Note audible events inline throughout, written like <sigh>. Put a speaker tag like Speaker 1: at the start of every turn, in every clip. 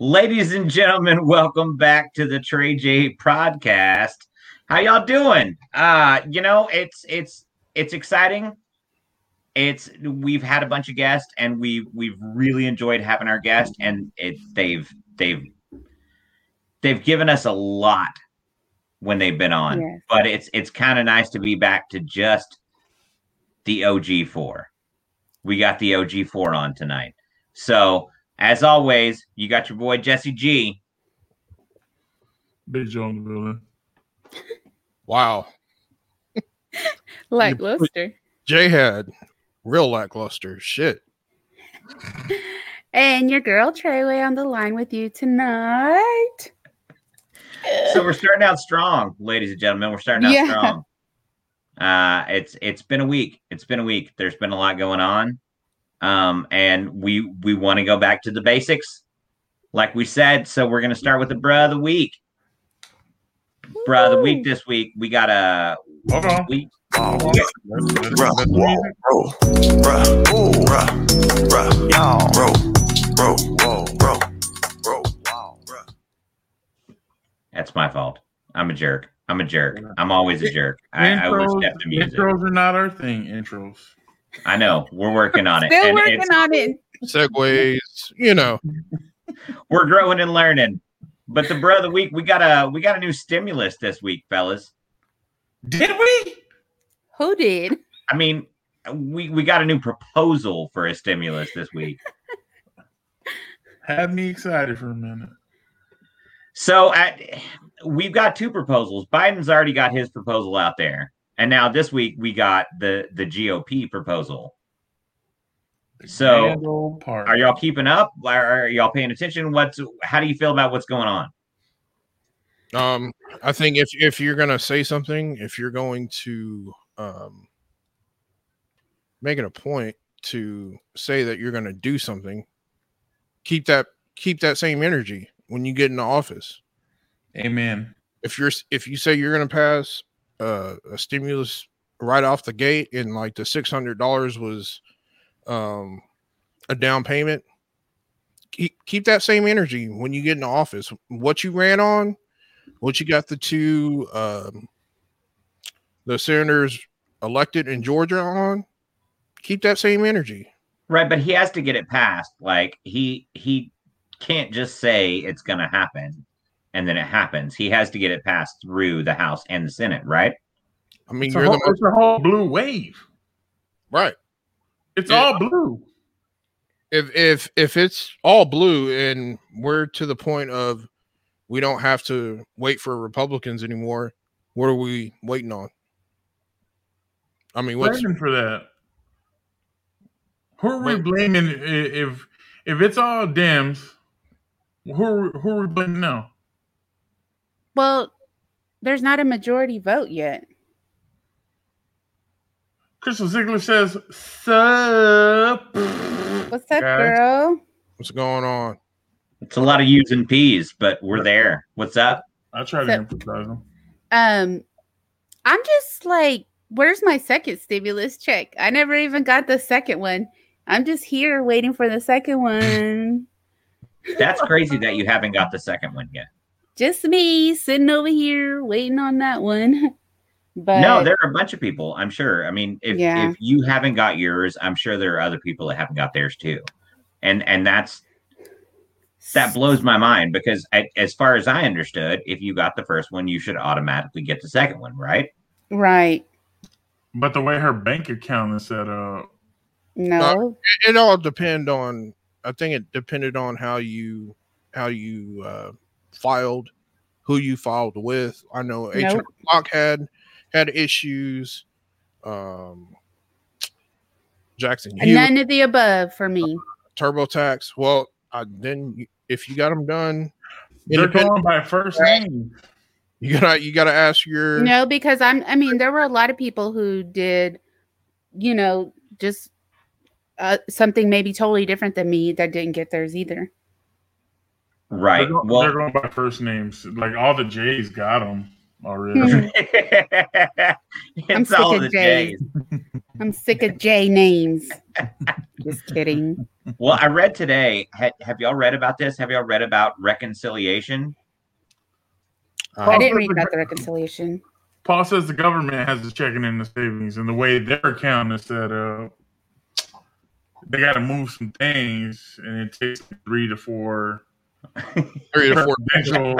Speaker 1: Ladies and gentlemen, welcome back to the Trey J podcast. How y'all doing? Uh, you know, it's it's it's exciting. It's we've had a bunch of guests and we we've really enjoyed having our guest and it they've they've they've given us a lot when they've been on.
Speaker 2: Yes.
Speaker 1: But it's it's kind of nice to be back to just the OG4. We got the OG4 on tonight. So, as always, you got your boy Jesse G.
Speaker 3: Big Joe in the building.
Speaker 4: Wow.
Speaker 2: Lackluster.
Speaker 4: Jay had real lackluster shit.
Speaker 2: And your girl Treyway on the line with you tonight.
Speaker 1: So we're starting out strong, ladies and gentlemen. We're starting out
Speaker 2: Yeah.
Speaker 1: strong. Uh it's it's been a week. It's been a week. There's been a lot going on. Um and we we want to go back to the basics like we said, so we're going to start with the bruh of the week. Bruh of the week this week, we got a
Speaker 3: Hold on.
Speaker 1: we
Speaker 5: Bruh, bro, bruh, ooh, bruh, bruh, y'all, bro, bro, whoa, bro, bro, wow, bruh.
Speaker 1: That's my fault. I'm a jerk. I'm a jerk. I'm always a jerk. I, I overstep the music.
Speaker 3: intros are not our thing. Intros.
Speaker 1: I know. We're working on it.
Speaker 2: Still
Speaker 1: and
Speaker 2: working
Speaker 1: it's-
Speaker 2: on it.
Speaker 4: Segways, you know.
Speaker 1: we're growing and learning. But the bro of the week, we got a we got a new stimulus this week, fellas.
Speaker 3: Did we?
Speaker 2: Who did?
Speaker 1: I mean, we we got a new proposal for a stimulus this week.
Speaker 3: Had me excited for a minute.
Speaker 1: So at, we've got two proposals. Biden's already got his proposal out there, and now this week we got the the GOP proposal. So-
Speaker 3: Grand old part.
Speaker 1: Are y'all keeping up? Are, are y'all paying attention? What's how do you feel about what's going on?
Speaker 4: Um, I think if if you're gonna say something, if you're going to um make it a point to say that you're gonna do something, keep that keep that same energy when you get into office.
Speaker 3: Amen.
Speaker 4: If you're s- if you say you're gonna pass uh, a stimulus right off the gate and like the six hundred dollars was um a down payment keep keep that same energy when you get into office what you ran on what you got the two um the senators elected in georgia on keep that same energy
Speaker 1: Right, but he has to get it passed. Like he he can't just say it's going to happen and then it happens. He has to get it passed through the House and the Senate, right?
Speaker 4: i mean
Speaker 3: It's a,
Speaker 4: you're
Speaker 3: whole,
Speaker 4: the most
Speaker 3: it's a whole blue wave.
Speaker 4: right
Speaker 3: It's
Speaker 4: Yeah.
Speaker 3: all blue.
Speaker 4: if if if it's all blue and we're to the point of we don't have to wait for republicans anymore what are we waiting on i mean what's
Speaker 3: Blaming for that. Who are we
Speaker 4: Wait.
Speaker 3: blaming i- if if it's all Dems? Who are, we- who are we blaming now?
Speaker 2: Well, there's not a majority vote yet.
Speaker 3: Crystal Ziegler says, "Sup."
Speaker 2: What's up,
Speaker 3: Guys.
Speaker 2: girl?
Speaker 4: what's going on
Speaker 1: It's a lot of U's and P's, but we're there. What's up?
Speaker 3: I try to emphasize them.
Speaker 2: Um, I'm just like, where's my second stimulus check? I never even got the second one. I'm just here waiting for the second
Speaker 1: <laughs>
Speaker 2: one.
Speaker 1: That's crazy that you haven't got the second one yet.
Speaker 2: Just me sitting over here waiting on that one. <laughs> But
Speaker 1: no, there are a bunch of people, I'm sure. I mean, if
Speaker 2: Yeah.
Speaker 1: if you haven't got yours, I'm sure there are other people that haven't got theirs too. And and that's that blows my mind because I, as far as I understood, if you got the first one, you should automatically get the second one, right?
Speaker 2: right.
Speaker 3: But the way her bank account is set up,
Speaker 2: No.
Speaker 4: it all depend on i think it depended on how you how you uh filed who you filed with i know hr
Speaker 2: Nope.
Speaker 4: block had had issues um jackson Hewitt,
Speaker 2: None of the above for me.
Speaker 4: turbotax well I, then you- if you got them done
Speaker 3: they're going
Speaker 4: independent,
Speaker 3: by first name.
Speaker 4: you gotta you gotta ask your
Speaker 2: No, because I'm I mean there were a lot of people who did you know just uh, something maybe totally different than me that didn't get theirs either.
Speaker 1: Right.
Speaker 3: They're, going, they're
Speaker 1: Well,
Speaker 3: going by first names. Like all the J's got them
Speaker 2: Mhm.
Speaker 3: already.
Speaker 1: Hmm.
Speaker 2: I'm
Speaker 1: <laughs> it's
Speaker 2: sick
Speaker 1: all
Speaker 2: of
Speaker 1: the
Speaker 2: J's.
Speaker 1: J's.
Speaker 2: I'm sick of J names. just kidding.
Speaker 1: well, I read today. Ha- have y'all read about this? Have y'all read about reconciliation? <laughs>
Speaker 2: I
Speaker 4: uh,
Speaker 2: didn't read about the reconciliation.
Speaker 3: <laughs> Paul says the government has the checking and the savings, and the way their account is set up, they got to move some things, and it takes three to four
Speaker 4: Three to four
Speaker 3: presidential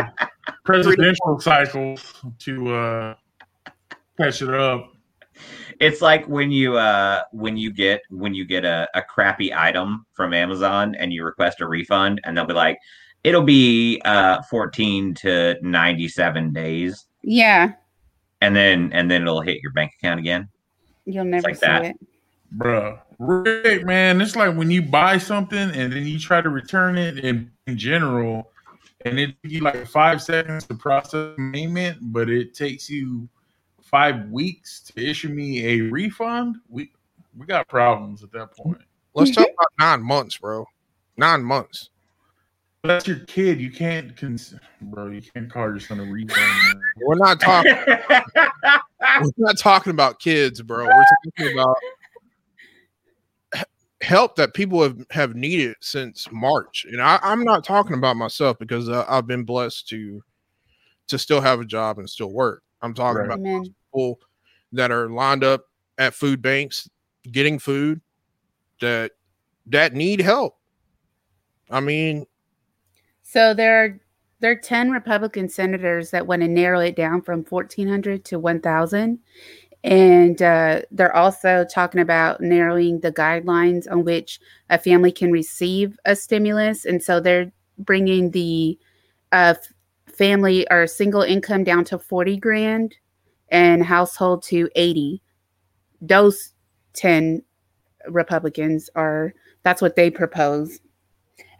Speaker 3: presidential cycles to uh, catch it up.
Speaker 1: It's like when you uh when you get when you get a, a crappy item from Amazon and you request a refund and they'll be like, it'll be uh 14 to 97 days
Speaker 2: Yeah,
Speaker 1: and then and then it'll hit your bank account again.
Speaker 2: you'll never
Speaker 1: like
Speaker 2: see
Speaker 1: that.
Speaker 2: it.
Speaker 3: Bruh, Rick, man, it's like when you buy something and then you try to return it in, in general, and it takes you like five seconds to process payment, but it takes you five weeks to issue me a refund. We we got problems at that point.
Speaker 4: Let's talk about nine months, bro. Nine months.
Speaker 3: That's your kid. You can't, cons- bro. You can't call your son a refund. man.
Speaker 4: We're not talking. we're not talking about kids, bro. We're talking about h- help that people have, have needed since March. And I, I'm not talking about myself because uh, I've been blessed to to still have a job and still work. I'm talking
Speaker 3: Right.
Speaker 4: about
Speaker 2: Amen.
Speaker 4: people that are lined up at food banks getting food that that need help. I mean,
Speaker 2: So there are there are ten Republican senators that want to narrow it down from fourteen hundred to one thousand, and uh, they're also talking about narrowing the guidelines on which a family can receive a stimulus, and so they're bringing the uh, f- family or single income down to forty grand, and household to eighty. Those ten Republicans are that's what they propose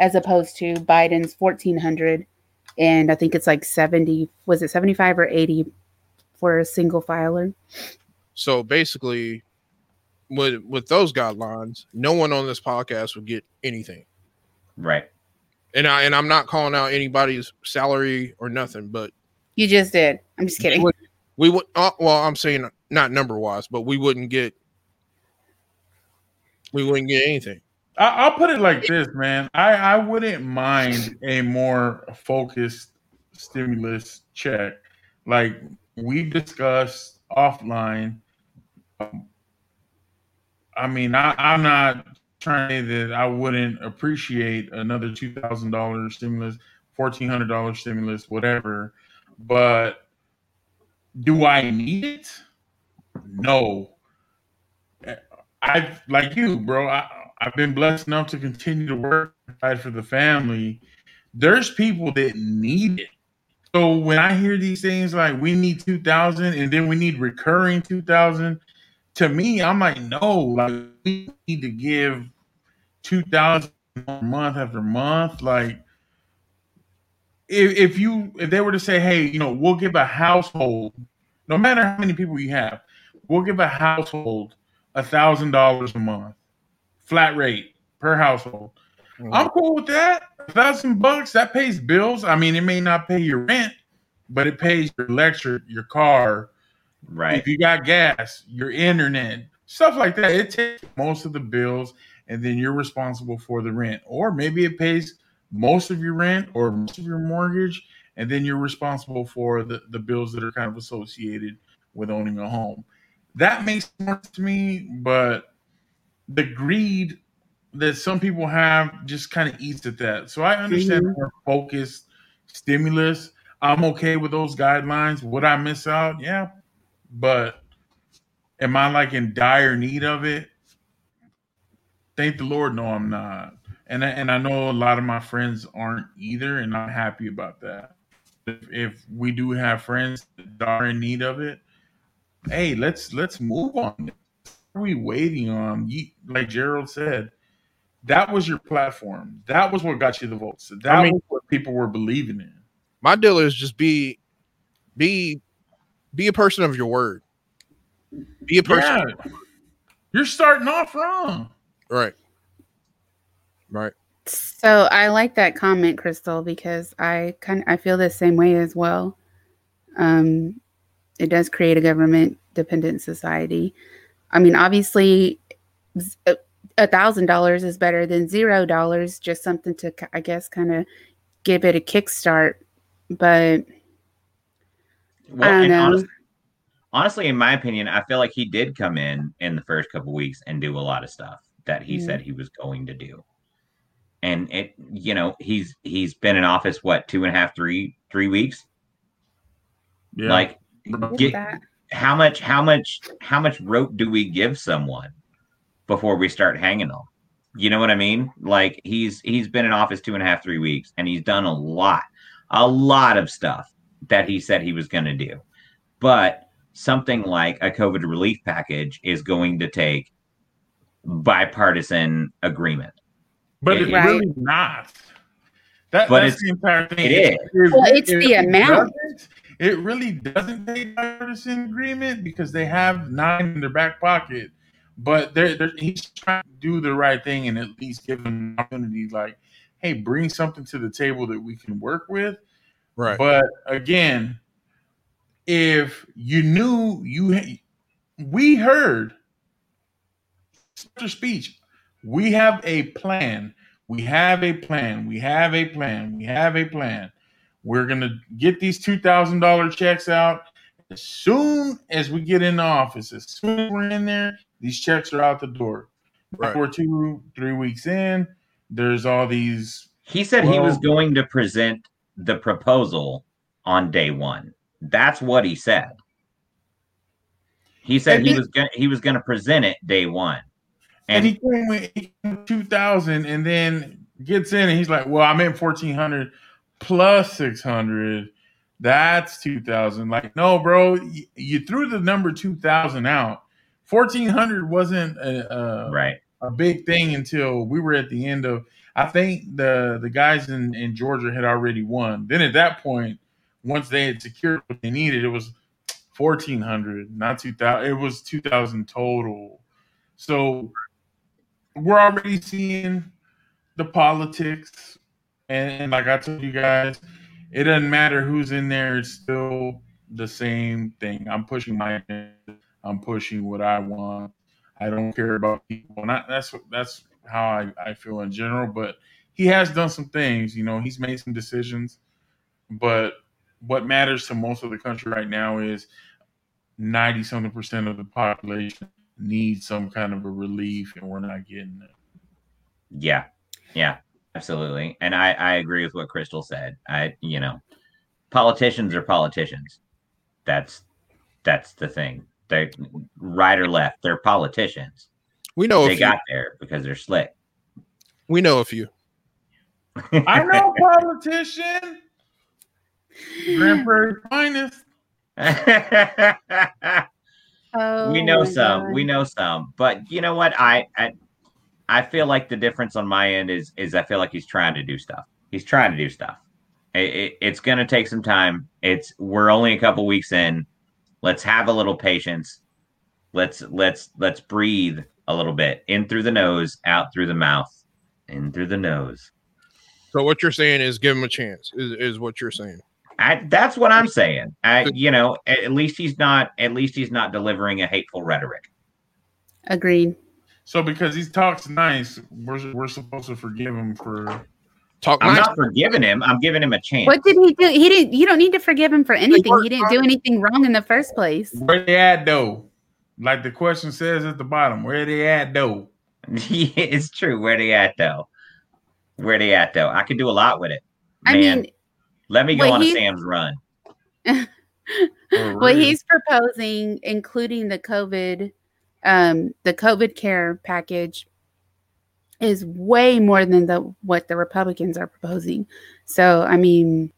Speaker 2: as opposed to Biden's 1400 and I think it's like 70 was it 75 or 80 for a single filer.
Speaker 4: So basically, with with those guidelines, no one on this podcast would get anything.
Speaker 1: right.
Speaker 4: And I and I'm not calling out anybody's salary or nothing, but
Speaker 2: You just did. I'm just kidding.
Speaker 4: What- we would. Uh, well, I'm saying not number wise, but we wouldn't get we wouldn't get anything.
Speaker 3: I, I'll put it like this, man. I, I wouldn't mind a more focused stimulus check. Like we discussed offline. Um, I mean, I, I'm not trying to say that I wouldn't appreciate another $2,000 stimulus, $1,400 stimulus, whatever. But do I need it? No. I've like you, bro. I, I've been blessed enough to continue to work provide for the family. There's people that need it. So when I hear these things like we need two thousand and then we need recurring two thousand, to me, I'm like, no, like we need to give two thousand month after month. Like if if you if they were to say, hey, you know, we'll give a household, no matter how many people you have, we'll give a household a thousand dollars a month, flat rate per household. I'm cool with that. A thousand bucks that pays bills. I mean, it may not pay your rent, but it pays your electric, your car.
Speaker 1: Right.
Speaker 3: <laughs> If you got gas, your internet, stuff like that. It takes most of the bills, and then you're responsible for the rent, or maybe it pays most of your rent or most of your mortgage, and then you're responsible for the the bills that are kind of associated with owning a home. That makes more sense to me, but the greed that some people have just kind of eats at that. So I understand
Speaker 2: Mhm.
Speaker 3: more focused stimulus. I'm okay with those guidelines. Would I miss out? Yeah. But am I like in dire need of it? Thank the Lord, no, I'm not. And I, and I know a lot of my friends aren't either, and I'm happy about that. If, if we do have friends that are in need of it, hey, let's let's move on. What are we waiting on? You, like Gerald said, that was your platform. That was what got you the votes. That
Speaker 4: I mean-
Speaker 3: was what people were believing in.
Speaker 4: My deal is just be be be a person of your word. Be a person,
Speaker 3: Yeah. You're starting off wrong.
Speaker 4: right? Right.
Speaker 2: So I like that comment, Crystal, because I kind I feel the same way as well. Um, it does create a government dependent society. I mean, obviously, z- uh, a thousand dollars is better than zero dollars. Just something to, I guess, kind of give it a kickstart. But
Speaker 1: Well,
Speaker 2: I
Speaker 1: and
Speaker 2: know.
Speaker 1: honestly, honestly, in my opinion, I feel like he did come in in the first couple weeks and do a lot of stuff that he
Speaker 2: Mhm.
Speaker 1: said he was going to do. And it, you know, he's he's been in office what two and a half, three, three weeks.
Speaker 3: Yeah.
Speaker 1: Like,
Speaker 2: with
Speaker 1: get
Speaker 2: that,
Speaker 1: how much, how much, how much rope do we give someone before we start hanging them? You know what I mean? Like he's he's been in office two and a half, three weeks, and he's done a lot, a lot of stuff that he said he was going to do. But something like a COVID relief package is going to take bipartisan agreement.
Speaker 3: But it's
Speaker 2: Right.
Speaker 3: really not. That,
Speaker 1: But it's-
Speaker 3: that's the entire thing.
Speaker 1: it
Speaker 3: It-
Speaker 1: is.
Speaker 3: it-
Speaker 2: Well, it's
Speaker 3: it
Speaker 2: the amount.
Speaker 3: doesn't- It really doesn't take bipartisan agreement because they have nine in their back pocket. But they're, they're he's trying to do the right thing and at least give them an opportunity. Like, hey, bring something to the table that we can work with.
Speaker 4: Right.
Speaker 3: But again, if you knew you, ha- we heard after speech, we have a plan. We have a plan. We have a plan. We have a plan. We're gonna get these two thousand dollar checks out as soon as we get in the office. As soon as we're in there, these checks are out the door.
Speaker 4: Right.
Speaker 3: We're two, three weeks in. There's all these
Speaker 1: He said he was
Speaker 3: Well-
Speaker 1: going to present the proposal on day one. That's what he said. He said
Speaker 3: And
Speaker 1: he
Speaker 3: he-
Speaker 1: was gonna he was gonna present it day one.
Speaker 3: and
Speaker 1: And
Speaker 3: he came with he came with 2000 and then gets in and he's like well i'm in 1400 plus 600 that's 2000 like no bro you, you threw the number 2000 out 1400 wasn't a, a,
Speaker 1: right.
Speaker 3: a big thing until we were at the end of i think the the guys in, in georgia had already won then at that point once they had secured what they needed it was 1400 not 2000 it was 2000 total so we're already seeing the politics and, and like i told you guys it doesn't matter who's in there it's still the same thing i'm pushing my agenda. i'm pushing what i want i don't care about people and I, that's what that's how I, I feel in general but he has done some things you know he's made some decisions but what matters to most of the country right now is 90 something percent of the population needs some kind of a relief and we're not getting it
Speaker 1: Yeah. Yeah. Absolutely. And I, I agree with what Crystal said. I you know, politicians are politicians. That's that's the thing. They right or left, they're politicians.
Speaker 4: We know a
Speaker 1: they
Speaker 4: few.
Speaker 1: got there because they're slick.
Speaker 4: we know a few.
Speaker 1: <laughs>
Speaker 3: i <laughs> know politician
Speaker 2: <laughs>
Speaker 3: grand prairie finest
Speaker 2: oh,
Speaker 1: we know
Speaker 2: my
Speaker 1: some
Speaker 2: God.
Speaker 1: we know some but you know what I, I i feel like the difference on my end is is i feel like he's trying to do stuff he's trying to do stuff it, it- it's going to take some time it's we're only a couple weeks in let's have a little patience let's let's let's breathe a little bit in through the nose out through the mouth in through the nose
Speaker 4: So what you're saying is give him a chance. Is, is what you're saying.
Speaker 1: I, that's what i'm saying I, you know at, at least he's not at least he's not delivering a hateful rhetoric
Speaker 2: Agreed.
Speaker 3: so because he talks nice we're, we're supposed to forgive him for
Speaker 4: Talk
Speaker 1: i'm
Speaker 4: nice.
Speaker 1: not forgiving him i'm giving him a chance
Speaker 2: What did he do? He didn't. You don't need to forgive him for anything.
Speaker 4: weren't
Speaker 2: He didn't do anything wrong in the first place.
Speaker 3: where they at though like the question says at the bottom where they at though
Speaker 1: Yeah, <laughs> it's true. Where they at though? Where they at though? I could do a lot with it.
Speaker 2: I
Speaker 1: Man,
Speaker 2: mean,
Speaker 1: let me go
Speaker 2: what
Speaker 1: on
Speaker 2: he-
Speaker 1: a Sam's run.
Speaker 3: For
Speaker 2: <laughs> Well,
Speaker 3: real.
Speaker 2: he's proposing including the COVID, um, the COVID care package is way more than the what the Republicans are proposing. So, I mean,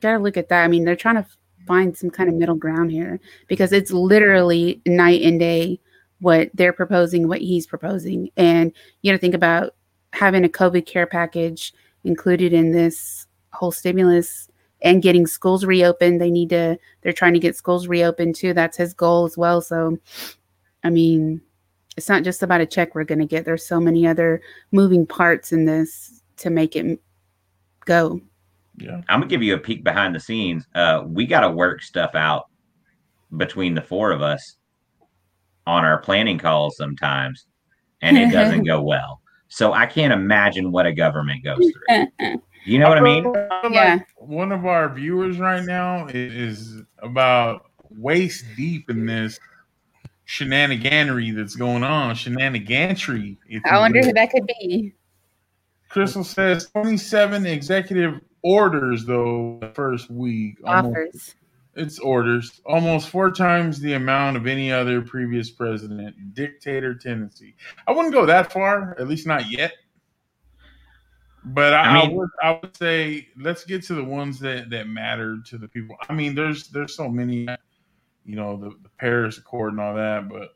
Speaker 2: gotta look at that. I mean, they're trying to find some kind of middle ground here because it's literally night and day what they're proposing, what he's proposing, and you know, think about having a COVID care package included in this whole stimulus and getting schools reopened. They need to they're trying to get schools reopened too. That's his goal as well. So, I mean, it's not just about a check we're going to get. There's so many other moving parts in this to make it go.
Speaker 3: yeah
Speaker 1: I'm gonna give you a peek behind the scenes. Uh, we gotta work stuff out between the four of us on our planning calls sometimes and it
Speaker 2: <laughs>
Speaker 1: doesn't go well. So I can't imagine what a government goes through. You know what I mean?
Speaker 3: feel like
Speaker 2: Yeah.
Speaker 3: One of our viewers right now is, is about waist deep in this shenaniganery that's going on. Shenanigantry. if
Speaker 2: I
Speaker 3: you
Speaker 2: wonder
Speaker 3: will.
Speaker 2: who that could be.
Speaker 3: Crystal says 27 executive orders, though, the first week. Almost,
Speaker 2: Offers.
Speaker 3: it's orders. Almost four times the amount of any other previous president. Dictator tendency. I wouldn't go that far, at least not yet. But
Speaker 1: I
Speaker 3: I, I
Speaker 1: mean-
Speaker 3: would I would say let's get to the ones that, that matter to the people. I mean, there's there's so many, you know, the, the Paris Accord and all that, but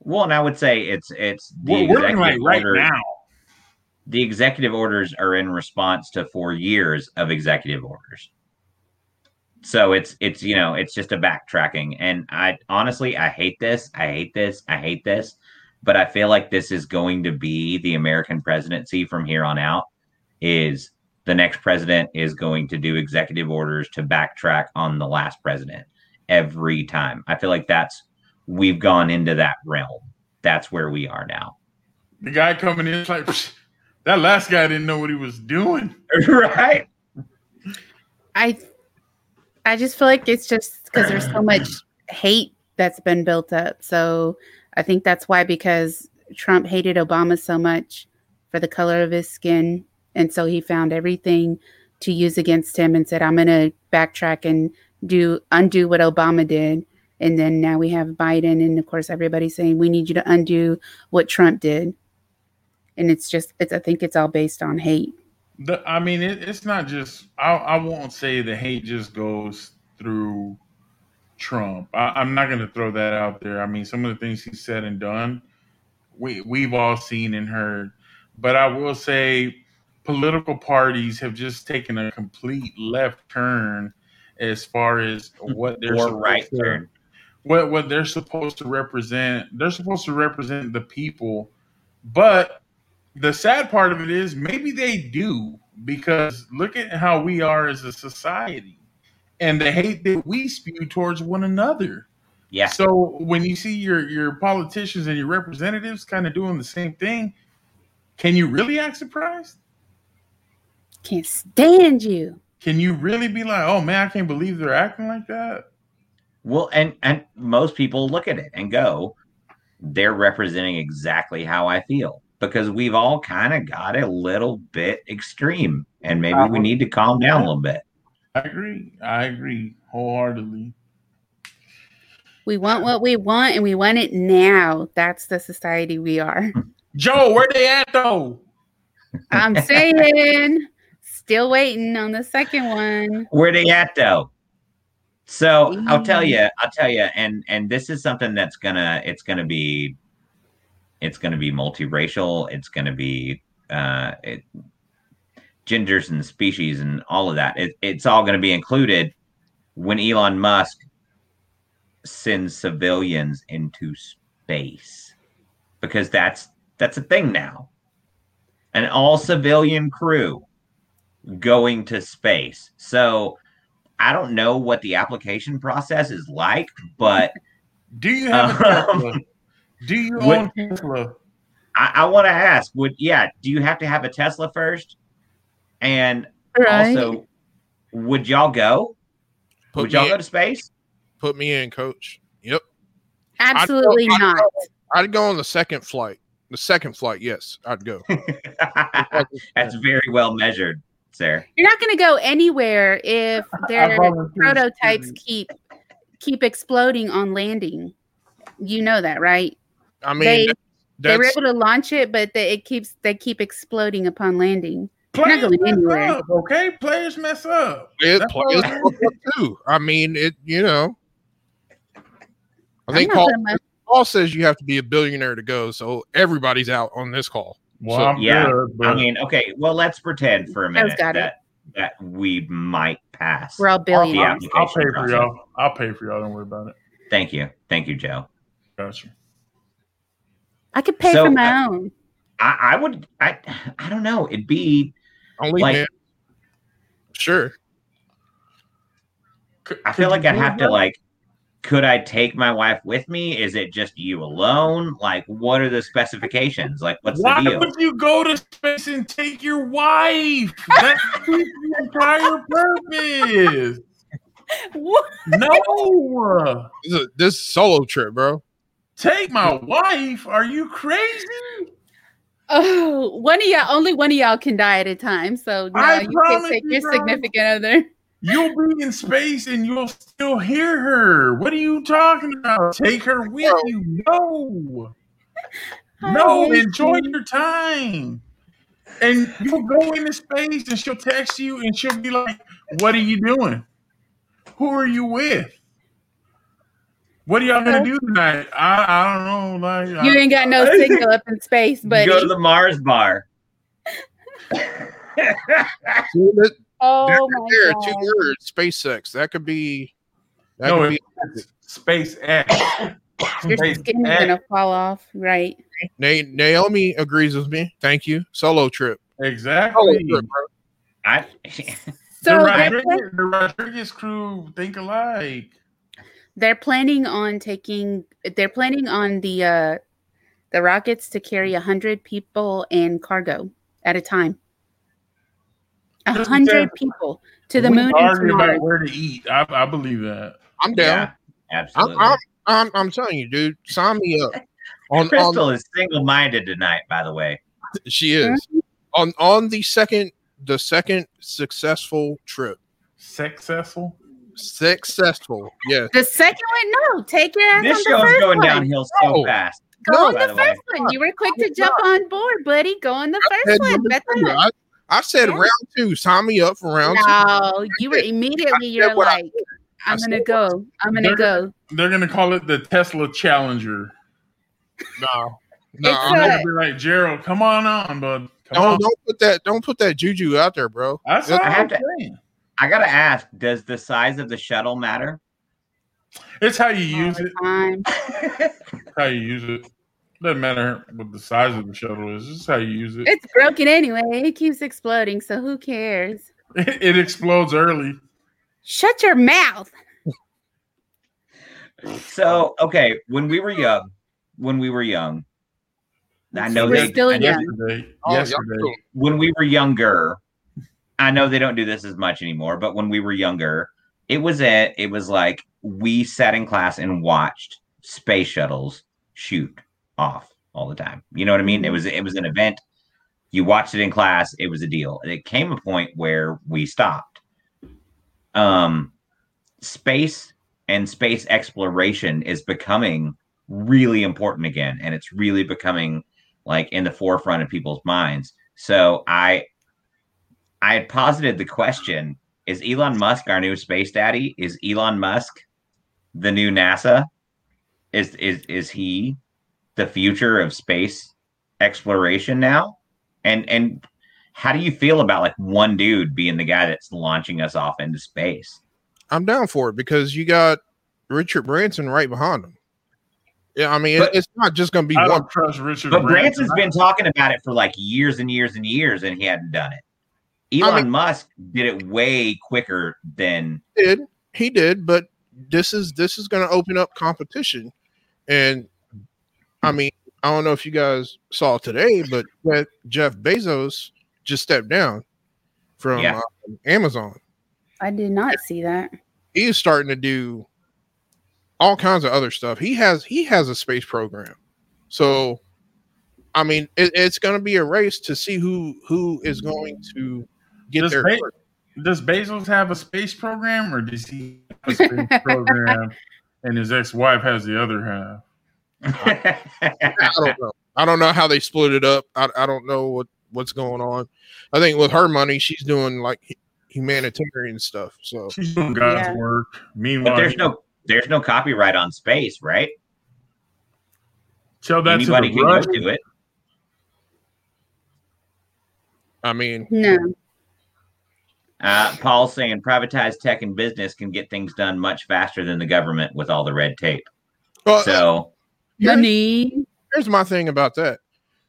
Speaker 1: Well, and I would say it's it's the
Speaker 3: we're, we're in like
Speaker 1: executive
Speaker 3: right
Speaker 1: order-
Speaker 3: now.
Speaker 1: the executive orders are in response to four years of executive orders. So it's it's you know it's just a backtracking, and I honestly I hate this, I hate this, I hate this, but I feel like this is going to be the American presidency from here on out. Is the next president is going to do executive orders to backtrack on the last president every time. I feel like that's we've gone into that realm. That's where we are now. <laughs>
Speaker 3: The guy coming in is like "Psh, that last guy didn't know what he was doing.
Speaker 1: right?
Speaker 2: I I just feel like it's just because there's so much hate that's been built up. So I think that's why because Trump hated Obama so much for the color of his skin, and so he found everything to use against him and said, "I'm going to backtrack and do undo what Obama did." And then now we have Biden, and of course everybody's saying we need you to undo what Trump did. And it's just, it's I think it's all based on hate.
Speaker 3: The, I mean, it, it's not just. I, I won't say the hate just goes through Trump. I, I'm not going to throw that out there. I mean, some of the things he said and done, we we've all seen and heard. But I will say, political parties have just taken a complete left turn as far as what they're
Speaker 1: or
Speaker 3: supposed
Speaker 1: right
Speaker 3: to-
Speaker 1: turn.
Speaker 3: what what they're supposed to represent. They're supposed to represent the people, but the sad part of it is maybe they do because look at how we are as a society and the hate that we spew towards one another.
Speaker 1: Yeah.
Speaker 3: So when you see your your politicians and your representatives kind of doing the same thing, can you really act surprised?
Speaker 2: Can't stand you.
Speaker 3: Can you really be like, "Oh man, I can't believe they're acting like that"?
Speaker 1: Well, and and most people look at it and go, they're representing exactly how I feel because we've all kind of got a little bit extreme, and maybe we need to calm down a little bit.
Speaker 3: I agree. I agree wholeheartedly.
Speaker 2: We want what we want and we want it now. That's the society we are.
Speaker 3: Joe, where they at though?
Speaker 2: I'm saying, still waiting on the second one.
Speaker 1: Where they at though? So I'll tell you, I'll tell you, and and this is something that's gonna, it's gonna be, it's gonna be multiracial. It's gonna be uh, it, genders and species and all of that. It, it's all gonna be included when Elon Musk sends civilians into space because that's that's a thing now. An all civilian crew going to space. So I don't know what the application process is like, but
Speaker 3: Do you have
Speaker 1: <laughs>
Speaker 3: a
Speaker 1: Um,
Speaker 3: Tesla? Do you
Speaker 1: what-
Speaker 3: own Tesla?
Speaker 1: I, I want to ask would yeah, do you have to have a Tesla first? And also would y'all go?
Speaker 4: Put
Speaker 1: would y'all
Speaker 4: me,
Speaker 1: go
Speaker 4: in,
Speaker 1: to space? <laughs>
Speaker 4: put me in, coach. Yep.
Speaker 2: Absolutely
Speaker 4: I'd go- I'd
Speaker 2: not.
Speaker 4: I'd go on the second flight. The second flight, yes,
Speaker 1: <laughs>
Speaker 4: I'd go.
Speaker 1: That's very well measured, sir.
Speaker 2: You're not going to go anywhere if
Speaker 3: I
Speaker 2: their
Speaker 3: volunteer
Speaker 2: prototypes
Speaker 3: student.
Speaker 2: keep keep exploding on landing. You know that, right?
Speaker 4: I mean,
Speaker 2: They-
Speaker 4: that-
Speaker 2: they were
Speaker 4: that's
Speaker 2: able to launch it, but they, it keeps they keep exploding upon landing.
Speaker 3: Players
Speaker 2: going
Speaker 3: mess
Speaker 2: anywhere.
Speaker 3: up, okay? Players mess up.
Speaker 4: it
Speaker 3: That's
Speaker 4: plays
Speaker 3: all-
Speaker 4: too. I mean, it. You know, I
Speaker 2: I'm
Speaker 4: think
Speaker 2: not
Speaker 4: Paul,
Speaker 2: putting my-
Speaker 4: Paul says you have to be a billionaire to go, so everybody's out on this call.
Speaker 3: Well,
Speaker 4: So-
Speaker 3: I'm
Speaker 1: Yeah,
Speaker 3: good, but
Speaker 1: I mean, okay, well, let's pretend for a
Speaker 2: Joe's
Speaker 1: minute
Speaker 2: got it.
Speaker 1: that that we might pass.
Speaker 2: we're all
Speaker 3: I'll,
Speaker 2: billionaires.
Speaker 1: Yeah.
Speaker 3: I'll pay for y'all. I'll pay for y'all. Don't worry about it.
Speaker 1: Thank you. Thank you, Joe.
Speaker 3: Gotcha.
Speaker 2: I could pay
Speaker 1: So,
Speaker 2: for my own.
Speaker 1: I, I would I I don't know. It'd be
Speaker 4: Only
Speaker 1: Like-
Speaker 4: man. Sure.
Speaker 3: C-
Speaker 1: I feel
Speaker 3: could
Speaker 1: like
Speaker 3: you
Speaker 1: I'd
Speaker 3: do
Speaker 1: have to
Speaker 3: that?
Speaker 1: like could I take my wife with me? Is it just you alone? Like, what are the specifications? Like, what's
Speaker 3: Why
Speaker 1: the deal?
Speaker 3: would you go to space and take your wife? <laughs> That's the entire purpose.
Speaker 2: What?
Speaker 3: No,
Speaker 4: This is, this is solo trip, bro.
Speaker 3: take my wife. Are you crazy?
Speaker 2: Oh, one of y'all, only one of y'all can die at a time. So no,
Speaker 3: I
Speaker 2: you can
Speaker 3: promise
Speaker 2: take
Speaker 3: you,
Speaker 2: your
Speaker 3: bro.
Speaker 2: significant other.
Speaker 3: You'll be in space and you'll still hear her. What are you talking about? Take her with you. No. No,
Speaker 2: Hi.
Speaker 3: enjoy your time. And you'll go into space and she'll text you and she'll be like, What are you doing? Who are you with? What are y'all gonna do tonight? I, I don't know. Like I-
Speaker 2: You ain't got no signal up in space, buddy.
Speaker 1: Go to the Mars bar.
Speaker 4: See, that-
Speaker 2: oh
Speaker 4: there,
Speaker 2: my
Speaker 4: there are
Speaker 2: god.
Speaker 4: two words, SpaceX. That could be. That
Speaker 3: No,
Speaker 4: could be
Speaker 3: it's SpaceX.
Speaker 2: <coughs> Your
Speaker 3: Space
Speaker 2: skin is
Speaker 3: X.
Speaker 2: gonna fall off, right?
Speaker 4: Na- Naomi agrees with me. Thank you. Solo trip. Solo
Speaker 3: Exactly.
Speaker 4: trip, bro.
Speaker 1: I
Speaker 2: So
Speaker 3: the,
Speaker 2: they're,
Speaker 3: Rodriguez,
Speaker 2: pla-
Speaker 3: the Rodriguez crew think alike.
Speaker 2: they're planning on taking. They're planning on the uh the rockets to carry a hundred people and cargo at a time. A
Speaker 3: Just
Speaker 2: hundred
Speaker 3: because
Speaker 2: people to the
Speaker 3: We
Speaker 2: moon and to
Speaker 3: argue
Speaker 2: Mars.
Speaker 3: about where to eat. I, I believe that.
Speaker 4: I'm down.
Speaker 1: yeah,
Speaker 4: I'm,
Speaker 1: absolutely.
Speaker 4: I'm, I'm, I'm telling you, dude. Sign me
Speaker 2: <laughs>
Speaker 4: up. On, on
Speaker 1: Crystal is single-minded tonight, by the way.
Speaker 4: she is
Speaker 2: Mm-hmm.
Speaker 4: on on the second the second successful trip.
Speaker 3: Successful.
Speaker 4: Successful, yes.
Speaker 2: The second one, no, take your ass
Speaker 1: This
Speaker 2: on the
Speaker 1: show's
Speaker 2: first
Speaker 1: going
Speaker 2: one.
Speaker 1: downhill so
Speaker 4: No.
Speaker 1: fast.
Speaker 2: Go on
Speaker 1: by
Speaker 2: the,
Speaker 1: the way.
Speaker 2: first one. You were quick to jump on board, buddy. Go on the
Speaker 4: Head
Speaker 2: first one.
Speaker 4: number
Speaker 2: That's
Speaker 4: two.
Speaker 2: it.
Speaker 4: I, I said
Speaker 2: Yeah.
Speaker 4: round two. Sign me up for round two.
Speaker 2: No, you were immediately. You're
Speaker 4: what I
Speaker 2: like, I'm
Speaker 4: said
Speaker 2: gonna go. I'm gonna
Speaker 3: They're-
Speaker 2: go.
Speaker 3: They're gonna call it the Tesla Challenger.
Speaker 4: No, no,
Speaker 2: It's
Speaker 4: I'm
Speaker 2: a-
Speaker 4: not-
Speaker 3: They're gonna be like Gerald, come on on, bud. Come
Speaker 4: don't
Speaker 3: on.
Speaker 4: don't put that don't put that juju out there, bro.
Speaker 3: That's all
Speaker 1: I have
Speaker 3: I'm
Speaker 1: to-
Speaker 3: saying.
Speaker 1: I gotta ask: Does the size of the shuttle matter?
Speaker 3: It's how you
Speaker 2: all
Speaker 3: use
Speaker 2: the
Speaker 3: it.
Speaker 2: time.
Speaker 3: It's how you use it. Doesn't matter what the size of the shuttle is. It's how you use it. It,
Speaker 2: It's broken anyway. It keeps exploding, so who cares?
Speaker 3: <laughs> it explodes early.
Speaker 2: Shut your mouth.
Speaker 1: So, okay, when we were young, when we were young, I know
Speaker 2: We're
Speaker 1: they
Speaker 2: still
Speaker 1: I know
Speaker 2: young.
Speaker 3: Yesterday.
Speaker 4: Oh, y'all
Speaker 3: yesterday.
Speaker 4: cool.
Speaker 1: when we were younger, I know they don't do this as much anymore, but when we were younger, it was it. It was like we sat in class and watched space shuttles shoot off all the time. You know what I mean? It was it was an event. You watched it in class. It was a deal. And it came a point where we stopped. Um, space and space exploration is becoming really important again, and it's really becoming like in the forefront of people's minds. So I I had posited the question is Elon Musk our new space daddy? Is Elon Musk the new NASA? Is is is he the future of space exploration now? And and how do you feel about like one dude being the guy that's launching us off into space?
Speaker 4: I'm down for it because you got Richard Branson right behind him. Yeah, I mean, it-
Speaker 1: But-
Speaker 4: it's not just going to be
Speaker 3: I
Speaker 4: one.
Speaker 3: don't trust Richard.
Speaker 1: But
Speaker 3: Branson.
Speaker 1: Branson's been talking about it for like years and years and years, and he hadn't done it. Elon
Speaker 4: mean-
Speaker 1: Musk did it way quicker
Speaker 3: <laughs>
Speaker 1: than
Speaker 4: did he did but this is this is going to open up competition and i mean i don't know if you guys saw today but that jeff bezos just stepped down from
Speaker 1: Yeah.
Speaker 4: uh, amazon
Speaker 2: I did not see that.
Speaker 4: he is starting to do all kinds of other stuff he has he has a space program so i mean it, it's going to be a race to see who who is going to get
Speaker 3: Does
Speaker 4: there
Speaker 3: Be-
Speaker 4: first.
Speaker 3: Does Bezos have a space program, or does he have a space program, and his ex-wife has the other half?
Speaker 4: I don't know. I don't know how they split it up. I, I don't know what what's going on. I think with her money, she's doing like hu- humanitarian stuff. So
Speaker 3: She's doing God's
Speaker 2: Yeah.
Speaker 3: work.
Speaker 1: But
Speaker 3: Meanwhile,
Speaker 1: there's no there's no copyright on space, right?
Speaker 3: tell that to
Speaker 1: Anybody
Speaker 3: the
Speaker 1: can go
Speaker 3: Russians.
Speaker 1: to it.
Speaker 4: I mean,
Speaker 2: No.
Speaker 1: Uh, Paul's saying privatized tech and business can get things done much faster than the government with all the red tape.
Speaker 3: Uh,
Speaker 4: well,
Speaker 1: So
Speaker 4: here's,
Speaker 2: Money.
Speaker 4: here's my thing about that.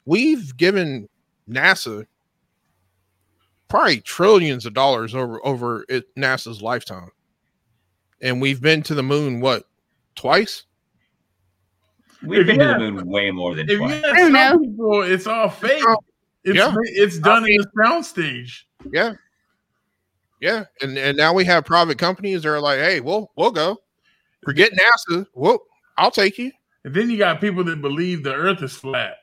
Speaker 4: We've given NASA probably trillions of dollars over over it, NASA's lifetime, and we've been to the moon what twice.
Speaker 1: We've
Speaker 3: If
Speaker 1: been
Speaker 3: you
Speaker 1: to the
Speaker 3: have-
Speaker 1: moon way more than
Speaker 3: If you
Speaker 1: twice.
Speaker 3: have
Speaker 2: I don't
Speaker 3: some
Speaker 2: know.
Speaker 3: people, it's all fake. It's
Speaker 4: Yeah.
Speaker 3: it's done in the soundstage.
Speaker 4: Yeah, and and now we have private companies that are like, hey, we'll we'll go. Forget NASA. Well, I'll take you.
Speaker 3: And then you got people that believe the Earth is flat.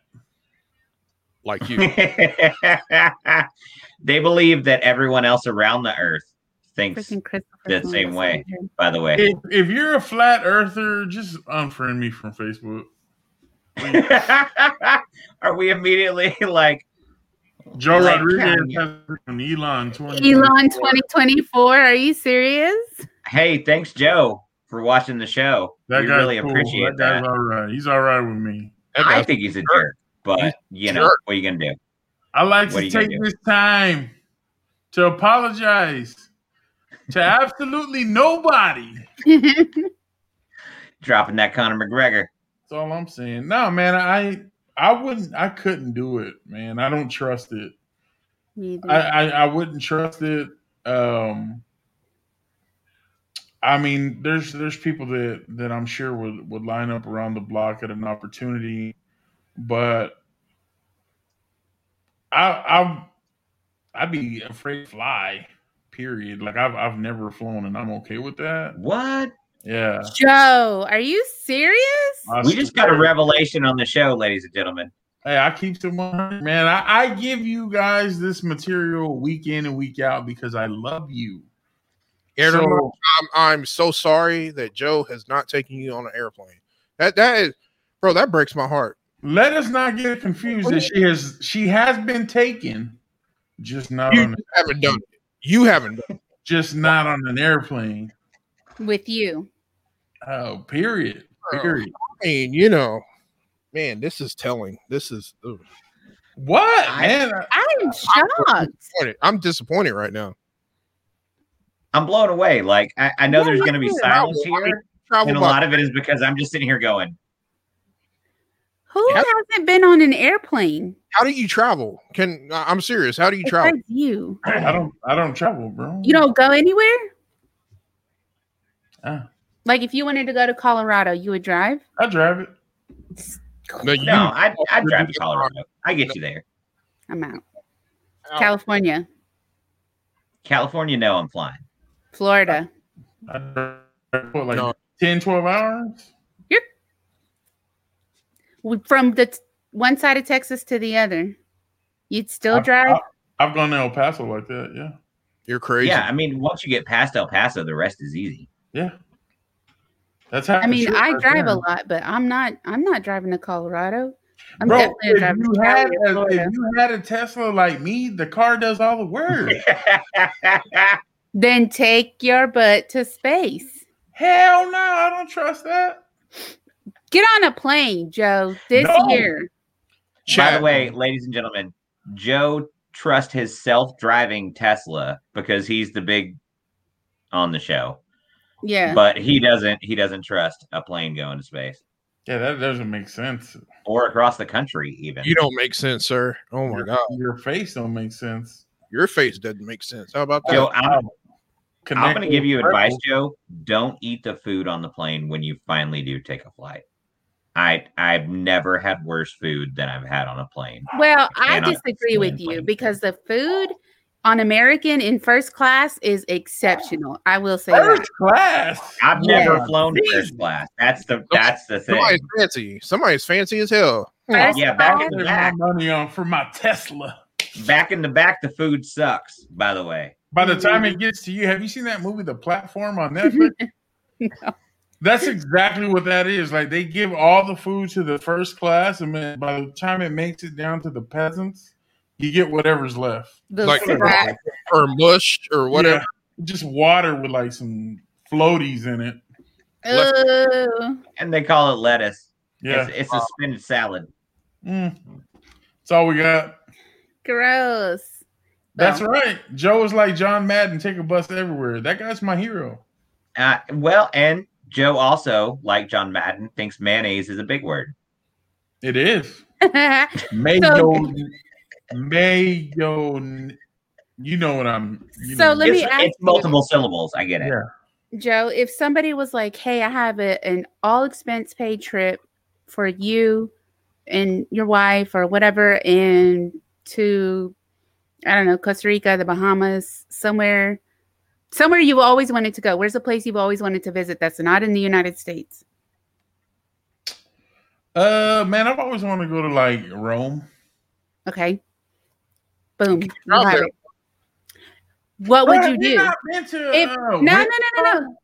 Speaker 1: <laughs>
Speaker 4: Like you.
Speaker 1: they believe that everyone else around the earth thinks
Speaker 2: Freaking Christopher.
Speaker 1: That same
Speaker 2: Columbus
Speaker 1: way.
Speaker 2: over here.
Speaker 1: by the way
Speaker 3: If, if you're a flat earther, just unfriend me from Facebook.
Speaker 1: <laughs> are we immediately like
Speaker 3: Joe
Speaker 1: Like,
Speaker 3: Rodriguez
Speaker 1: Kanye.
Speaker 3: has from Elon 20.
Speaker 2: Elon 2024. Are you serious? <laughs>
Speaker 1: hey thanks joe for watching the show
Speaker 3: That
Speaker 1: we
Speaker 3: guy's
Speaker 1: really
Speaker 3: cool.
Speaker 1: appreciate that,
Speaker 3: That guy's all right. He's all right with me.
Speaker 4: That
Speaker 1: i
Speaker 4: guy's-
Speaker 1: think he's a jerk but you know
Speaker 4: jerk.
Speaker 1: what are you gonna do
Speaker 3: I like
Speaker 1: What are
Speaker 3: to
Speaker 1: you gonna
Speaker 3: take
Speaker 1: do?
Speaker 3: this time to apologize to absolutely nobody.
Speaker 1: dropping that conor mcgregor
Speaker 3: That's all I'm saying. No, man, I I wouldn't I couldn't do it, man. I don't trust it.
Speaker 2: Me
Speaker 3: I, uh,
Speaker 2: either.
Speaker 3: I, I wouldn't trust it. Um, I mean, there's there's people that that I'm sure would would line up around the block at an opportunity, but I I I'd be afraid to fly. Period. Like I've I've never flown, and I'm okay with that.
Speaker 1: what
Speaker 3: Yeah.
Speaker 2: Joe, are you serious?
Speaker 3: I
Speaker 1: we just got a
Speaker 3: swear.
Speaker 1: revelation on the show ladies and gentlemen
Speaker 3: Hey, I keep to 100, man. I, I give you guys this material week in and week out because I love you.
Speaker 4: Aaron,
Speaker 3: So-
Speaker 4: I'm, I'm so sorry that Joe has not taken you on an airplane. That that is, bro. That breaks my heart.
Speaker 3: Let us not get confused that she has she has been taken, just not
Speaker 4: You
Speaker 3: on
Speaker 4: haven't done it. You haven't. Done it.
Speaker 3: just not on an airplane.
Speaker 2: With you.
Speaker 3: Oh, period. Period.
Speaker 4: I mean, you know, man, this is telling. This is. ugh.
Speaker 3: What
Speaker 1: I-
Speaker 3: man?
Speaker 2: I'm shocked.
Speaker 4: Disappointed. I'm disappointed right now.
Speaker 1: i'm blown away like i, I know
Speaker 2: Yeah,
Speaker 1: there's gonna be
Speaker 2: yeah.
Speaker 1: silence
Speaker 4: I mean,
Speaker 1: here
Speaker 4: Travel
Speaker 1: and a
Speaker 4: by-
Speaker 1: lot of it is because i'm just sitting here going
Speaker 2: Who
Speaker 4: Yep.
Speaker 2: hasn't been on an airplane?
Speaker 4: How do you travel? Can I- I'm serious? How do you travel?
Speaker 2: Besides you. <clears throat>
Speaker 3: I don't I don't travel, bro.
Speaker 2: You don't go anywhere?
Speaker 3: Ah.
Speaker 2: Like if you wanted to go to Colorado, you would drive?
Speaker 3: I drive it.
Speaker 4: No, you-
Speaker 1: no i i drive to colorado i get you there
Speaker 2: I'm out.
Speaker 3: Oh.
Speaker 4: Out.
Speaker 2: California,
Speaker 1: california no i'm flying
Speaker 2: Florida.
Speaker 3: I drive for like
Speaker 4: No.
Speaker 3: 10, 12 hours.
Speaker 2: We- From the t- one side of Texas to the other. You'd still
Speaker 3: I've-
Speaker 2: drive?
Speaker 3: I've, I've gone to El Paso like that. Yeah.
Speaker 4: You're crazy.
Speaker 1: Yeah, I mean, once you get past El Paso, the rest is easy. <laughs>
Speaker 3: Yeah. That's how
Speaker 2: I mean, I drive a lot, but I'm not I'm not driving to Colorado. I'm
Speaker 3: Bro,
Speaker 2: definitely
Speaker 3: if
Speaker 2: driving
Speaker 3: you,
Speaker 2: to
Speaker 3: had
Speaker 2: Cali or
Speaker 3: a,
Speaker 2: Florida.
Speaker 3: if you had a Tesla like me, the car does all the <laughs> work.
Speaker 2: Then take your butt to space.
Speaker 3: Hell no, I don't trust that.
Speaker 2: Get on a plane, Joe, this
Speaker 3: No.
Speaker 2: year.
Speaker 1: By
Speaker 4: Chat.
Speaker 1: the way, ladies and gentlemen, Joe trusts his self-driving Tesla because he's the big on the show,
Speaker 2: Yeah.
Speaker 1: but he doesn't. He doesn't trust a plane going to space
Speaker 3: Yeah, that doesn't make sense.
Speaker 1: or across the country, even.
Speaker 4: you don't make sense, sir. Oh my
Speaker 3: your,
Speaker 4: god,
Speaker 3: your face don't make sense.
Speaker 4: your face doesn't make sense. How about that?
Speaker 1: Joe, I'm, I'm going to
Speaker 3: Connected
Speaker 1: give you
Speaker 3: circle.
Speaker 1: advice, Joe. Don't eat the food on the plane when you finally do take a flight. I I've never had worse food than I've had on a plane.
Speaker 2: Well, I
Speaker 1: cannot
Speaker 2: disagree with
Speaker 1: stand
Speaker 2: you
Speaker 1: plain
Speaker 2: because the food on American in first class is exceptional. I will say that.
Speaker 3: First class.
Speaker 1: I've never
Speaker 2: Yeah.
Speaker 1: flown
Speaker 3: Jesus.
Speaker 1: first class. That's the that's the thing.
Speaker 4: Somebody's fancy. Somebody's fancy as hell.
Speaker 2: First
Speaker 1: yeah, back
Speaker 2: class,
Speaker 1: in the
Speaker 3: There's
Speaker 1: back.
Speaker 3: my money on for my Tesla.
Speaker 1: Back in the back, the food sucks. By the way,
Speaker 3: By the time it gets to you, have you seen that movie, The Platform <laughs> on Netflix?
Speaker 2: <laughs> No.
Speaker 3: That's exactly what that is. Like they give all the food to the first class, and then by the time it makes it down to the peasants, you get whatever's left.
Speaker 2: the
Speaker 1: <laughs>
Speaker 4: like
Speaker 2: flat-
Speaker 4: or mush or whatever.
Speaker 3: Yeah, just water with like some floaties in it.
Speaker 2: Ooh.
Speaker 1: and they call it lettuce.
Speaker 3: Yeah.
Speaker 1: It's, it's a spinach salad.
Speaker 3: Mm. That's all we got.
Speaker 1: <laughs>
Speaker 2: gross. <laughs>
Speaker 3: That's
Speaker 2: Well,
Speaker 3: right. Joe is like John Madden, take a bus everywhere. That guy's my hero.
Speaker 1: Uh, well, and Joe also, like John Madden, thinks mayonnaise is a big word.
Speaker 3: It is.
Speaker 2: So-
Speaker 3: Mayo. Mayo. You know what I'm. You
Speaker 2: So
Speaker 3: know.
Speaker 2: let me
Speaker 1: it's,
Speaker 2: ask
Speaker 1: it's
Speaker 2: you-
Speaker 1: multiple syllables. I get it.
Speaker 3: Yeah.
Speaker 2: Joe, if somebody was like, "Hey, I have a, an all expense paid trip for you and your wife or whatever, and to I don't know Costa Rica, the Bahamas, somewhere, somewhere you've always wanted to go. Where's the place you've always wanted to visit that's not in the United States?"
Speaker 3: Uh, man, I've always wanted to go to like Rome.
Speaker 2: Okay. Boom. You
Speaker 4: Out
Speaker 2: have
Speaker 4: there.
Speaker 2: it. What would
Speaker 3: Bruh,
Speaker 2: you do?
Speaker 3: you not been to,
Speaker 2: If,
Speaker 3: uh, <laughs>
Speaker 2: no, no, no, no, no.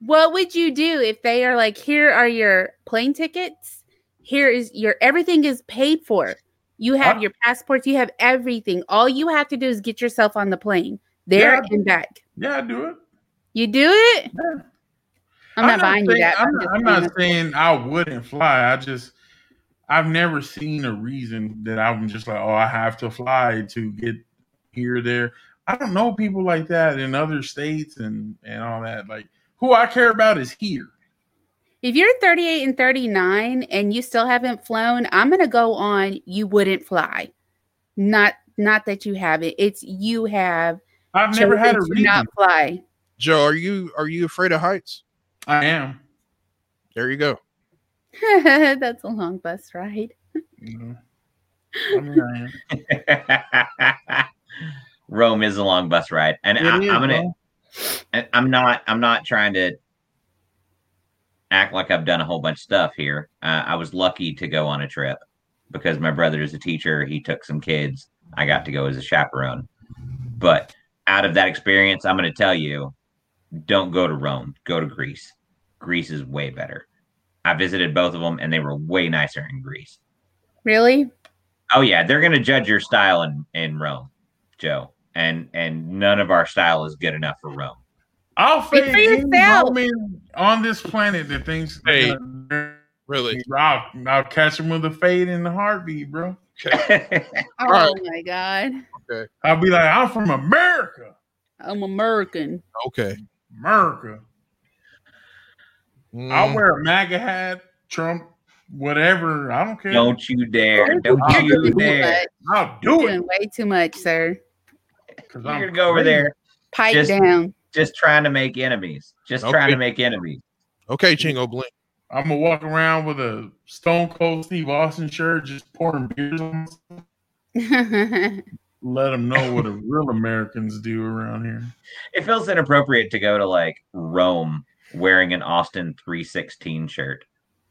Speaker 2: What would you do if they are like, here are your plane tickets? Here is your everything is paid for. You have
Speaker 3: Huh?
Speaker 2: your passports, you have everything. All you have to do is get yourself on the plane there
Speaker 3: Yeah.
Speaker 2: and back.
Speaker 3: Yeah, I do it.
Speaker 2: You do it?
Speaker 3: Yeah.
Speaker 2: I'm, not buying
Speaker 3: saying,
Speaker 2: you that.
Speaker 3: I'm,
Speaker 2: just
Speaker 3: not, I'm
Speaker 2: saying
Speaker 3: not
Speaker 2: that's-
Speaker 3: saying I wouldn't fly. I just I've never seen a reason that I'm just like, oh, I have to fly to get here, there. I don't know people like that in other states and and all that. Like who I care about is here.
Speaker 2: If you're 38 and 39 and you still haven't flown, I'm going to go on you wouldn't fly. Not not that you haven't. It's you have
Speaker 3: I've never had a
Speaker 2: chosen to
Speaker 3: reason.
Speaker 2: not fly.
Speaker 4: Joe, are you are you afraid of heights?
Speaker 3: I am.
Speaker 4: There you go.
Speaker 2: <laughs> That's a long bus ride.
Speaker 3: You know? I mean, I am.
Speaker 1: <laughs> Rome is a long bus ride, and I,
Speaker 3: It is,
Speaker 1: I'm gonna.
Speaker 3: bro.
Speaker 1: I- I'm not. I'm not trying to act like I've done a whole bunch of stuff here. Uh, I was lucky to go on a trip because my brother is a teacher. He took some kids. I got to go as a chaperone. But out of that experience, I'm going to tell you: don't go to Rome. Go to Greece. Greece is way better. I visited both of them, and they were way nicer in Greece.
Speaker 2: Really?
Speaker 1: Oh yeah, they're gonna judge your style in in Rome, Joe. And and none of our style is good enough for Rome. <laughs>
Speaker 3: I'll
Speaker 2: <laughs> Speak for
Speaker 3: face any
Speaker 2: yourself.
Speaker 3: woman on this planet that thinks
Speaker 4: Hey.
Speaker 3: I'll,
Speaker 4: Really?
Speaker 3: I'll catch him with a fade in the heartbeat, bro.
Speaker 2: Oh
Speaker 4: Right.
Speaker 2: my god.
Speaker 3: I'll be like, I'm from America.
Speaker 2: I'm American.
Speaker 1: Mm.
Speaker 4: Okay.
Speaker 3: America.
Speaker 4: Mm.
Speaker 1: Mm-hmm.
Speaker 3: I'll wear a MAGA hat, Trump, whatever. I don't care.
Speaker 1: don't you dare! Don't
Speaker 2: You're
Speaker 1: you
Speaker 2: doing, too
Speaker 1: dare!
Speaker 2: much.
Speaker 3: I'll
Speaker 2: You're
Speaker 3: do it.
Speaker 2: doing way too much, sir.
Speaker 3: 'cause
Speaker 1: You're
Speaker 3: I'm
Speaker 1: gonna go over
Speaker 3: crazy.
Speaker 1: there
Speaker 2: Pipe
Speaker 1: Just-
Speaker 2: down. <laughs>
Speaker 1: just trying to make enemies. Just
Speaker 4: Okay.
Speaker 1: trying to make enemies. <laughs>
Speaker 4: Okay, Chingo Blink.
Speaker 3: I'm gonna walk around with a Stone Cold Steve Austin shirt, just pouring beers on. myself. Let them
Speaker 1: <laughs>
Speaker 3: know what the real Americans do around here.
Speaker 1: It feels inappropriate to go to like Rome wearing an Austin three sixteen shirt.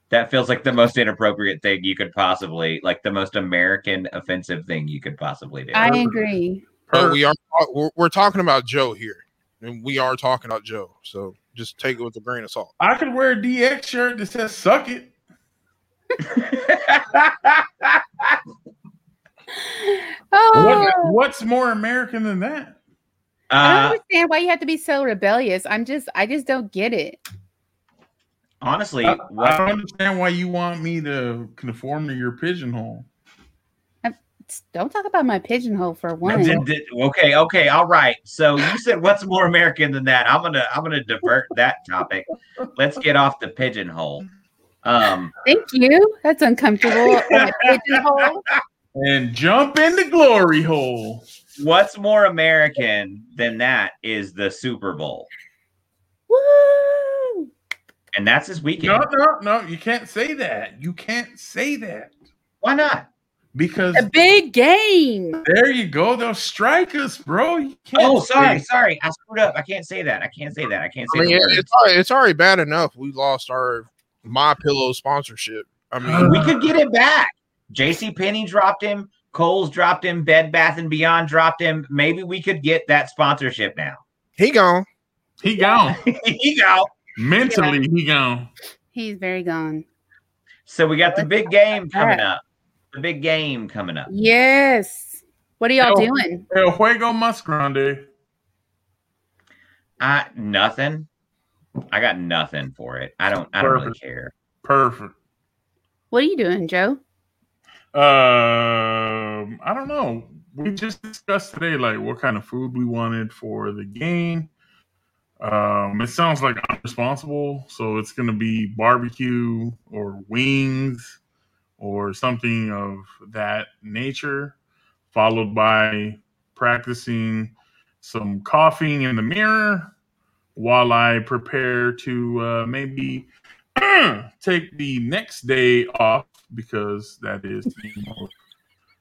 Speaker 1: That feels like the most inappropriate thing you could possibly, like the most American offensive thing you could possibly do.
Speaker 2: I agree.
Speaker 4: But we are we're, we're talking about Joe here, and we are talking about Joe. So just take it with a grain of salt.
Speaker 3: I could wear a DX shirt that says "Suck it."
Speaker 2: Oh,
Speaker 3: What, what's more American than that?
Speaker 2: I don't
Speaker 1: <laughs> uh,
Speaker 2: understand why you have to be so rebellious. I'm just, I just don't get it.
Speaker 1: honestly,
Speaker 3: I,
Speaker 1: what
Speaker 3: I don't understand why you want me to conform to your pigeonhole.
Speaker 2: It's- Don't talk about my pigeonhole for one.
Speaker 1: Did- did- okay, okay, all right. So you said what's more American than that? I'm gonna I'm gonna divert that topic. Let's get off the pigeonhole. Um,
Speaker 2: Thank you. That's uncomfortable. My pigeonhole.
Speaker 3: And jump in the glory hole.
Speaker 1: what's more American than that is the Super Bowl,
Speaker 2: Woo!
Speaker 1: and that's this weekend.
Speaker 3: No, no, no. You can't say that. You can't say that
Speaker 1: Why not?
Speaker 3: because
Speaker 2: A big game.
Speaker 3: there you go. They'll strike us, bro. You can't
Speaker 1: Oh, sorry,
Speaker 3: say-
Speaker 1: sorry, I screwed up. I can't say that. I can't say that. I can't say
Speaker 4: I mean,
Speaker 1: the
Speaker 4: it-
Speaker 1: word.
Speaker 4: uh, it's already, it's already bad enough we lost our my pillow sponsorship. I mean, <sighs>
Speaker 1: we could get it back. J.C. Penney dropped him. Cole's dropped him. Bed Bath and Beyond dropped him. Maybe we could get that sponsorship now. <laughs>
Speaker 4: he gone.
Speaker 3: He gone.
Speaker 1: you know.
Speaker 3: Mentally, he gone.
Speaker 2: He's very gone.
Speaker 1: So we got the big game coming
Speaker 2: that.
Speaker 1: up. The big game coming up.
Speaker 2: Yes. What are y'all
Speaker 3: Oh.
Speaker 2: doing?
Speaker 3: El juego más grande.
Speaker 1: I nothing. I got nothing for it. I don't. I don't really care.
Speaker 3: Perfect.
Speaker 2: What are you doing, Joe?
Speaker 3: Um, I don't know. We just discussed today, like what kind of food we wanted for the game. Um, it sounds like I'm responsible, so it's gonna be barbecue or wings or something of that nature, followed by practicing some coughing in the mirror, while I prepare to uh, maybe <clears throat> take the next day off because that is the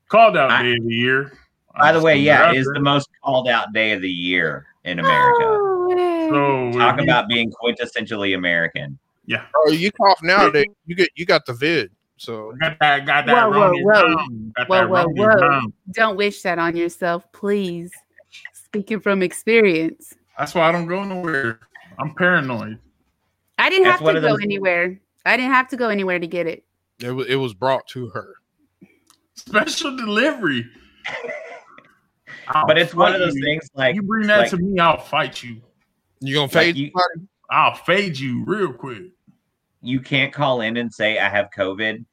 Speaker 3: called out
Speaker 1: I-
Speaker 3: day of the year.
Speaker 1: By the way, yeah,
Speaker 3: it
Speaker 1: it is the most called out day of the year in
Speaker 2: Oh.
Speaker 1: America.
Speaker 3: so if
Speaker 1: Talk
Speaker 3: you-
Speaker 1: about being quintessentially American.
Speaker 3: yeah.
Speaker 4: Oh, you cough <laughs> nowadays. You get you got the vid. So
Speaker 3: Got that, got that
Speaker 2: Whoa, whoa,
Speaker 3: wrong.
Speaker 2: whoa.
Speaker 3: Got
Speaker 2: Whoa,
Speaker 3: that
Speaker 2: whoa,
Speaker 3: wrong.
Speaker 2: whoa. Don't wish that on yourself, please. Speaking from experience,
Speaker 3: That's why I don't go nowhere. I'm paranoid.
Speaker 2: I didn't
Speaker 1: That's
Speaker 2: have
Speaker 1: one
Speaker 2: to
Speaker 1: of
Speaker 2: go
Speaker 1: those-
Speaker 2: anywhere. I didn't have to go anywhere to get it.
Speaker 4: it, wa- it was brought to her.
Speaker 3: Special delivery. I'll
Speaker 1: But it's one
Speaker 3: fight
Speaker 1: of those
Speaker 3: you.
Speaker 1: things like
Speaker 3: you bring that
Speaker 1: like-
Speaker 3: to me, I'll fight you.
Speaker 4: You gonna
Speaker 1: Like
Speaker 4: fade?
Speaker 1: you-
Speaker 4: somebody?
Speaker 3: I'll fade you real quick.
Speaker 1: you can't call in and say I have COVID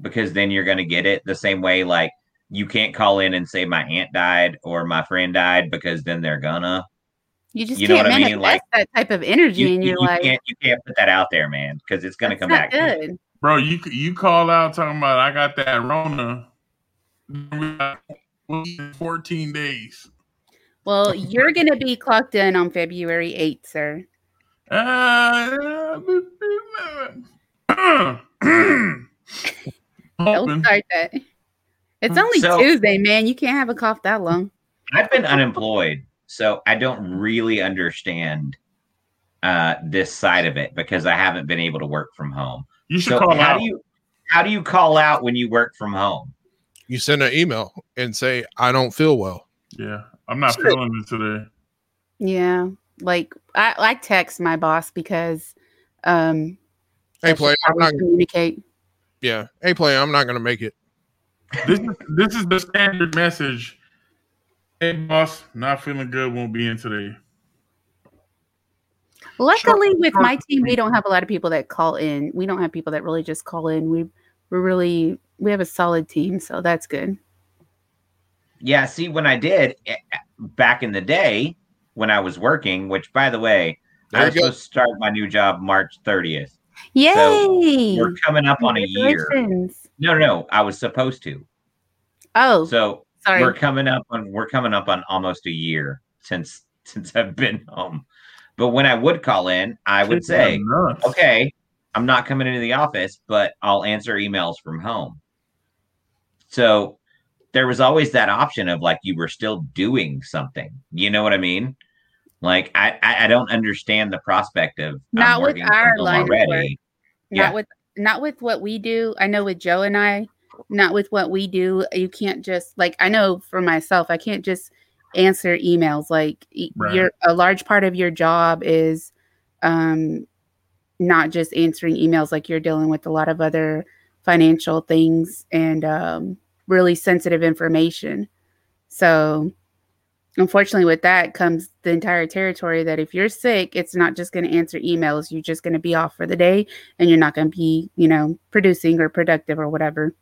Speaker 1: because then you're gonna get it the same way like you can't call in and say my aunt died or my friend died because then they're gonna
Speaker 2: You just
Speaker 1: You know
Speaker 2: can't
Speaker 1: what I
Speaker 2: manifest
Speaker 1: mean? Like,
Speaker 2: that type of energy
Speaker 1: you,
Speaker 2: in
Speaker 1: you,
Speaker 2: your life.
Speaker 1: can't you can't put that out there, man, because it's gonna
Speaker 2: That's
Speaker 1: come back.
Speaker 2: not
Speaker 1: to you.
Speaker 2: good.
Speaker 3: Bro, you you call out talking about I got that Rona. We got 14 days.
Speaker 2: Well, you're going to be clocked in on February 8th, sir.
Speaker 3: Uh, <clears throat>
Speaker 2: Don't
Speaker 3: hoping.
Speaker 2: start that. It's only
Speaker 1: Mm-hmm. So-
Speaker 2: Tuesday, man. You can't have a cough that long.
Speaker 1: I've been unemployed, so I don't really understand uh this side of it because I haven't been able to work from home.
Speaker 3: You should
Speaker 1: So
Speaker 3: call
Speaker 1: how
Speaker 3: out.
Speaker 1: do you how do you call out when you work from home?
Speaker 4: You send an email and say I don't feel well.
Speaker 3: yeah, I'm not
Speaker 4: Shit.
Speaker 3: feeling it today.
Speaker 2: Yeah. Like I, I text my boss because um
Speaker 4: Hey,
Speaker 2: that's
Speaker 4: play.
Speaker 2: just how
Speaker 4: I'm
Speaker 2: we
Speaker 4: not.
Speaker 2: communicate.
Speaker 4: Yeah. Hey, play. I'm not gonna make it.
Speaker 3: This is this is the standard message. Hey boss, not feeling good. Won't be in today.
Speaker 2: Luckily with
Speaker 3: short
Speaker 2: my team, we
Speaker 3: communication.
Speaker 2: don't have a lot of people that call in. We don't have people that really just call in. We we really we have a solid team, so that's good.
Speaker 1: Yeah, see, when I did eh, eh, back in the day when I was working, which by the way, I
Speaker 4: There
Speaker 1: was
Speaker 4: you go.
Speaker 1: supposed to start my new job March 30th.
Speaker 2: Yay!
Speaker 1: We're coming up on a year.
Speaker 2: Congratulations.
Speaker 1: No, no, no. I was supposed to.
Speaker 2: Oh,
Speaker 1: So
Speaker 2: sorry.
Speaker 1: we're coming up on we're coming up on almost a year since since I've been home. But when I would call in, I would say,
Speaker 3: Nuts.
Speaker 1: okay, I'm not coming into the office, but I'll answer emails from home. So there was always that option of like you were still doing something. You know what I mean? Like I I, I don't understand the prospect of I'm
Speaker 2: Not with
Speaker 1: working from
Speaker 2: our
Speaker 1: home
Speaker 2: line of work.
Speaker 1: Yeah.
Speaker 2: not with not with what we do i know with joe and i not with what we do you can't just like i know for myself i can't just answer emails like y-
Speaker 3: Right.
Speaker 2: your a large part of your job is um not just answering emails like you're dealing with a lot of other financial things and um really sensitive information so unfortunately with that comes the entire territory that if you're sick it's not just going to answer emails you're just going to be off for the day and you're not going to be you know producing or productive or whatever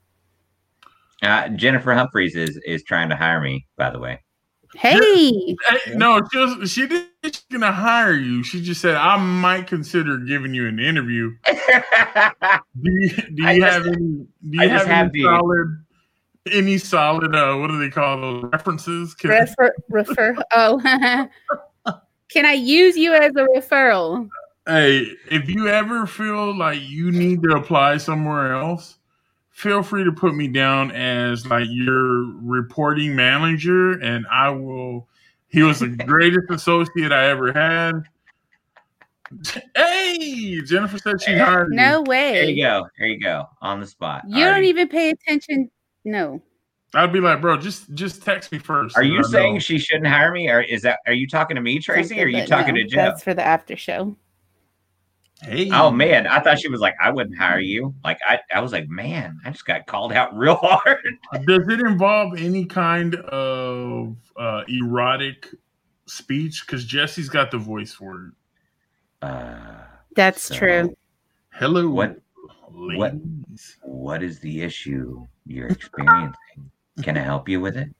Speaker 1: Uh, Jennifer Humphreys is is trying to hire me, by the way.
Speaker 2: hey
Speaker 3: Hey, no, she was, she didn't she's gonna hire you. She just said I might consider giving you an interview. Do you, do
Speaker 1: I
Speaker 3: you
Speaker 1: just-
Speaker 3: have any? Do you
Speaker 1: I
Speaker 3: have,
Speaker 1: just
Speaker 3: any
Speaker 1: have the-
Speaker 3: solid? Any solid? Uh, what do they call those references? 'Cause
Speaker 2: refer refer oh <laughs> can i use you as a referral
Speaker 3: hey, if you ever feel like you need to apply somewhere else, feel free to put me down as like your reporting manager, and I will. He was the greatest associate I ever had. Hey, Jennifer said she hired you.
Speaker 2: no way
Speaker 1: There you go. There you go. On the spot.
Speaker 2: You
Speaker 1: Alrighty.
Speaker 2: don't even pay attention no
Speaker 3: I'd be like, bro, just just text me first.
Speaker 1: Are
Speaker 3: and
Speaker 1: you
Speaker 3: I
Speaker 1: saying
Speaker 3: know."
Speaker 1: she shouldn't hire me, or is that? Are you talking to me, Tracy?
Speaker 2: something,
Speaker 1: Or are you
Speaker 2: but
Speaker 1: talking
Speaker 2: no,
Speaker 1: to Joe?
Speaker 2: that's for the after show
Speaker 3: Hey,
Speaker 1: Oh man, I thought she was like, I wouldn't hire you. Like I, I was like, man, I just got called out <laughs> real hard.
Speaker 3: Does it involve any kind of uh, erotic speech? Because Jesse's got the voice for it.
Speaker 1: Uh,
Speaker 2: that's
Speaker 1: So-
Speaker 2: true
Speaker 3: Hello,
Speaker 1: What- what-
Speaker 3: ladies.
Speaker 1: what is the issue
Speaker 2: <laughs>
Speaker 1: you're experiencing? Can I help you with it?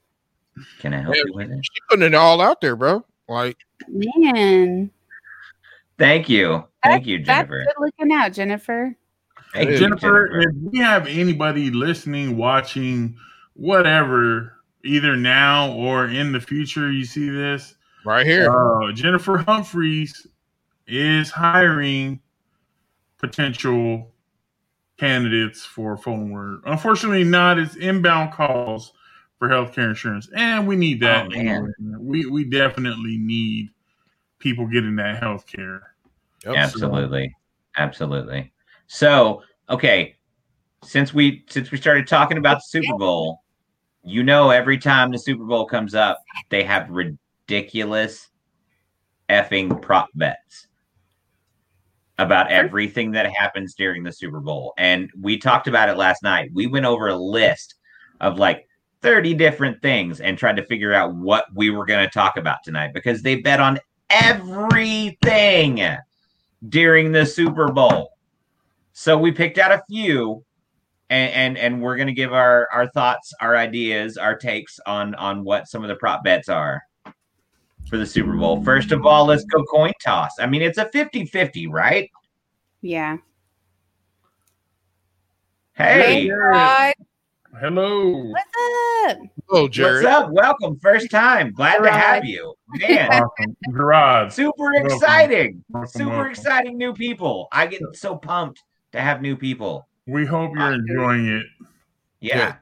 Speaker 1: Can I help you with it?
Speaker 4: She putting it all out there, bro. Like
Speaker 2: man
Speaker 1: Thank you, thank you, Jennifer.
Speaker 2: that's good looking out jennifer
Speaker 1: Thank you,
Speaker 3: Jennifer, if we have anybody listening, watching, whatever, either now or in the future, you see this.
Speaker 4: right here.
Speaker 3: Uh, Jennifer Humphreys is hiring potential candidates for phone work. Unfortunately, not. It's inbound calls for healthcare insurance, and we need that.
Speaker 1: Oh, man.
Speaker 3: We we definitely need people getting that healthcare.
Speaker 4: Yep.
Speaker 1: Absolutely. Absolutely. So, okay, since we since we started talking about the Super Bowl, you know every time the Super Bowl comes up, they have ridiculous effing prop bets about everything that happens during the Super Bowl. And we talked about it last night. We went over a list of like 30 different things and tried to figure out what we were going to talk about tonight because they bet on everything during the Super Bowl. So we picked out a few and and, and we're going to give our our thoughts, our ideas, our takes on on what some of the prop bets are for the Super Bowl. First of all, let's go coin toss. I mean, it's a 50-50, right?
Speaker 2: Yeah.
Speaker 1: Hey.
Speaker 2: Hi,
Speaker 3: Hello.
Speaker 2: what's up?
Speaker 4: Hello, Jared.
Speaker 1: What's up? Welcome. First time. Glad to have you. Man,
Speaker 3: Awesome. Gerard.
Speaker 1: super
Speaker 3: Welcome.
Speaker 1: exciting.
Speaker 3: Welcome,
Speaker 1: Super
Speaker 3: welcome.
Speaker 1: exciting new people. I get so pumped to have new people.
Speaker 3: We hope you're enjoying it.
Speaker 1: Yeah.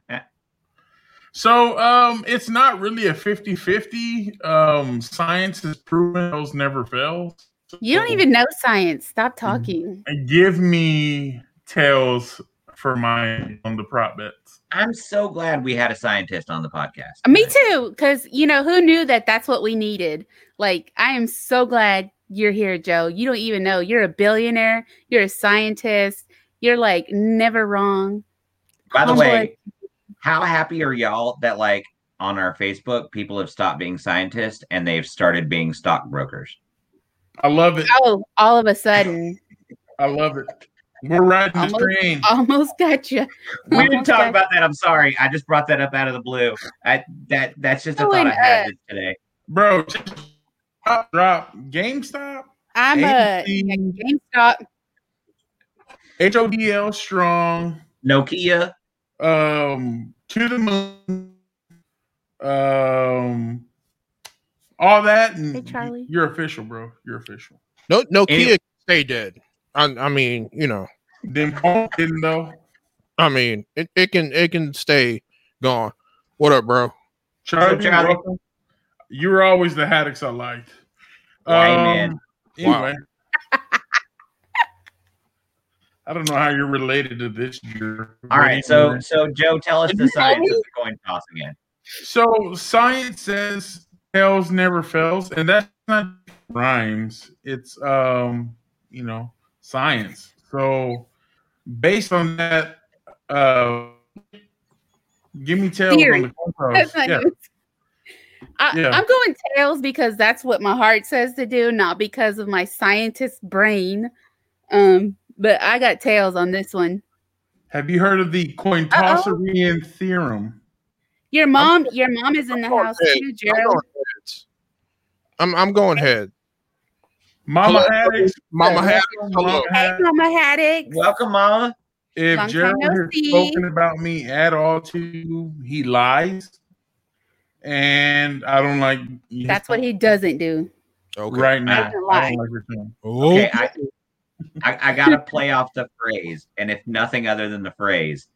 Speaker 3: So um it's not really a 50-50. Um science has proven those never fail.
Speaker 2: You don't even know science. Stop
Speaker 1: Mm-hmm.
Speaker 2: talking.
Speaker 3: give me tails for my on the prop bets.
Speaker 1: I'm so glad we had a scientist on the podcast.
Speaker 2: Me too, because you know who knew that that's what we needed. Like, I am so glad you're here, Joe. You don't even know you're a billionaire. You're a scientist. You're like never wrong.
Speaker 1: By the
Speaker 2: Humble
Speaker 1: way, how happy are y'all that like on our Facebook people have stopped being scientists and they've started being stockbrokers?
Speaker 3: I love it.
Speaker 2: Oh, all of a sudden, <laughs>
Speaker 3: I love it. We're riding this
Speaker 2: Almost-
Speaker 3: train.
Speaker 2: almost got you.
Speaker 1: We didn't
Speaker 2: Almost
Speaker 1: talk
Speaker 2: got-
Speaker 1: about that. I'm sorry. I just brought that up out of the blue. I that that's just a thought I had today.
Speaker 3: Bro, just drop, drop GameStop,
Speaker 2: I'm a,
Speaker 3: AC.
Speaker 2: a
Speaker 4: <laughs>
Speaker 2: GameStop.
Speaker 3: HODL strong,
Speaker 1: Nokia.
Speaker 3: um, to the moon, um, all that. And
Speaker 2: Hey, Charlie.
Speaker 3: You're official, bro. You're official.
Speaker 4: No, Nokia
Speaker 1: Any-
Speaker 4: can stay dead. I, I mean, you know,
Speaker 3: Then Paul didn't though.
Speaker 4: I mean, it, it can it can stay gone. What up, bro?
Speaker 3: Charlie,
Speaker 1: So, Charlie.
Speaker 3: welcome. You were always the haddocks I liked. Um,
Speaker 1: Hey, man.
Speaker 3: Anyway. <laughs> I don't know how you're related to this year.
Speaker 1: All right, so so Joe, tell us the science of the coin toss again.
Speaker 3: So science says tails never fails, and that's not rhymes. It's um, you know, science. So based on that, uh give me tails
Speaker 2: Theory.
Speaker 3: on the
Speaker 4: Oh,
Speaker 3: coin
Speaker 2: <laughs>
Speaker 3: toss.
Speaker 2: That's not
Speaker 3: Yeah.
Speaker 2: good. I,
Speaker 3: Yeah.
Speaker 2: I'm going tails because that's what my heart says to do, not because of my scientist brain. Um, but I got tails on this one.
Speaker 3: Have you heard of the Cointosarian theorem?
Speaker 2: Your mom, your mom is in the
Speaker 4: I'm going
Speaker 2: house
Speaker 4: heads.
Speaker 2: too,
Speaker 4: I'm
Speaker 2: Gerald.
Speaker 4: going heads. I'm, I'm going head.
Speaker 3: Mama
Speaker 4: Hello.
Speaker 3: Haddix.
Speaker 4: Mama had
Speaker 3: Mama
Speaker 4: hello.
Speaker 2: Hey,
Speaker 3: Haddix.
Speaker 2: Mama Haddix.
Speaker 1: Welcome, Mama.
Speaker 3: If
Speaker 2: Long
Speaker 3: Gerald
Speaker 2: time no
Speaker 3: has
Speaker 2: see.
Speaker 3: spoken about me at all to you, he lies. And I don't like
Speaker 2: That's what he doesn't do.
Speaker 4: Okay.
Speaker 3: right now.
Speaker 2: Doesn't
Speaker 3: I
Speaker 2: lie.
Speaker 3: don't like your tone.
Speaker 4: Oh,
Speaker 1: Okay, I, I I gotta play off the phrase, and if nothing other than the phrase,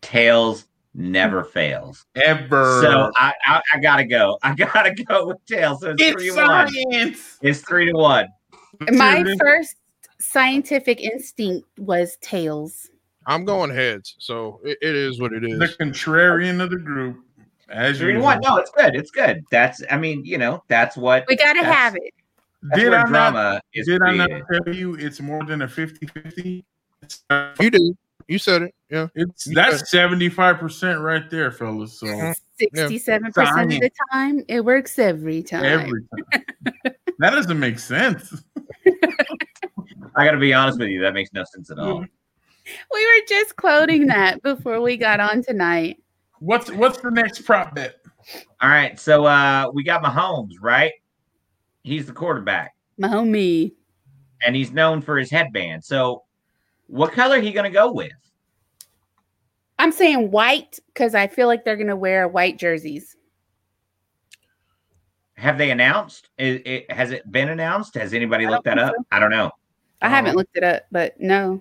Speaker 1: tails never fails.
Speaker 3: Ever.
Speaker 1: So I, I I gotta go. <laughs> I gotta go with tails. So it's, three to one.
Speaker 3: science.
Speaker 1: It's three to one.
Speaker 2: My
Speaker 3: Seriously?
Speaker 2: first scientific instinct was tails.
Speaker 4: I'm going heads. So it, it is what it
Speaker 3: the
Speaker 4: is.
Speaker 3: contrarian of the group. As
Speaker 1: Three to
Speaker 3: you
Speaker 1: one. No, it's good. It's good. That's I mean, you know, that's what
Speaker 2: We gotta
Speaker 1: That's-
Speaker 2: have it.
Speaker 1: that's
Speaker 3: did
Speaker 1: where
Speaker 3: I
Speaker 1: drama
Speaker 3: not
Speaker 1: is
Speaker 3: did I not
Speaker 1: created.
Speaker 3: tell you it's more than a 50-50? It's, uh,
Speaker 4: You do. You said it. Yeah.
Speaker 3: it's that's seventy five percent right there, fellas. So
Speaker 4: Yeah.
Speaker 2: Sixty-seven percent of the time, it works every time.
Speaker 3: every time. <laughs> that doesn't make sense.
Speaker 1: I gotta be honest with you, that makes no sense at all.
Speaker 2: We were just quoting that before we got on tonight.
Speaker 3: What's what's the next prop bet?
Speaker 1: All right, so uh we got Mahomes, right? He's the quarterback.
Speaker 2: My homie.
Speaker 1: and he's known for his headband. So, what color he going to go with?
Speaker 2: I'm saying white because I feel like they're gonna wear white jerseys.
Speaker 1: have they announced? It, it, has it been announced? Has anybody looked that up? I don't know.
Speaker 2: I haven't looked it up, but no,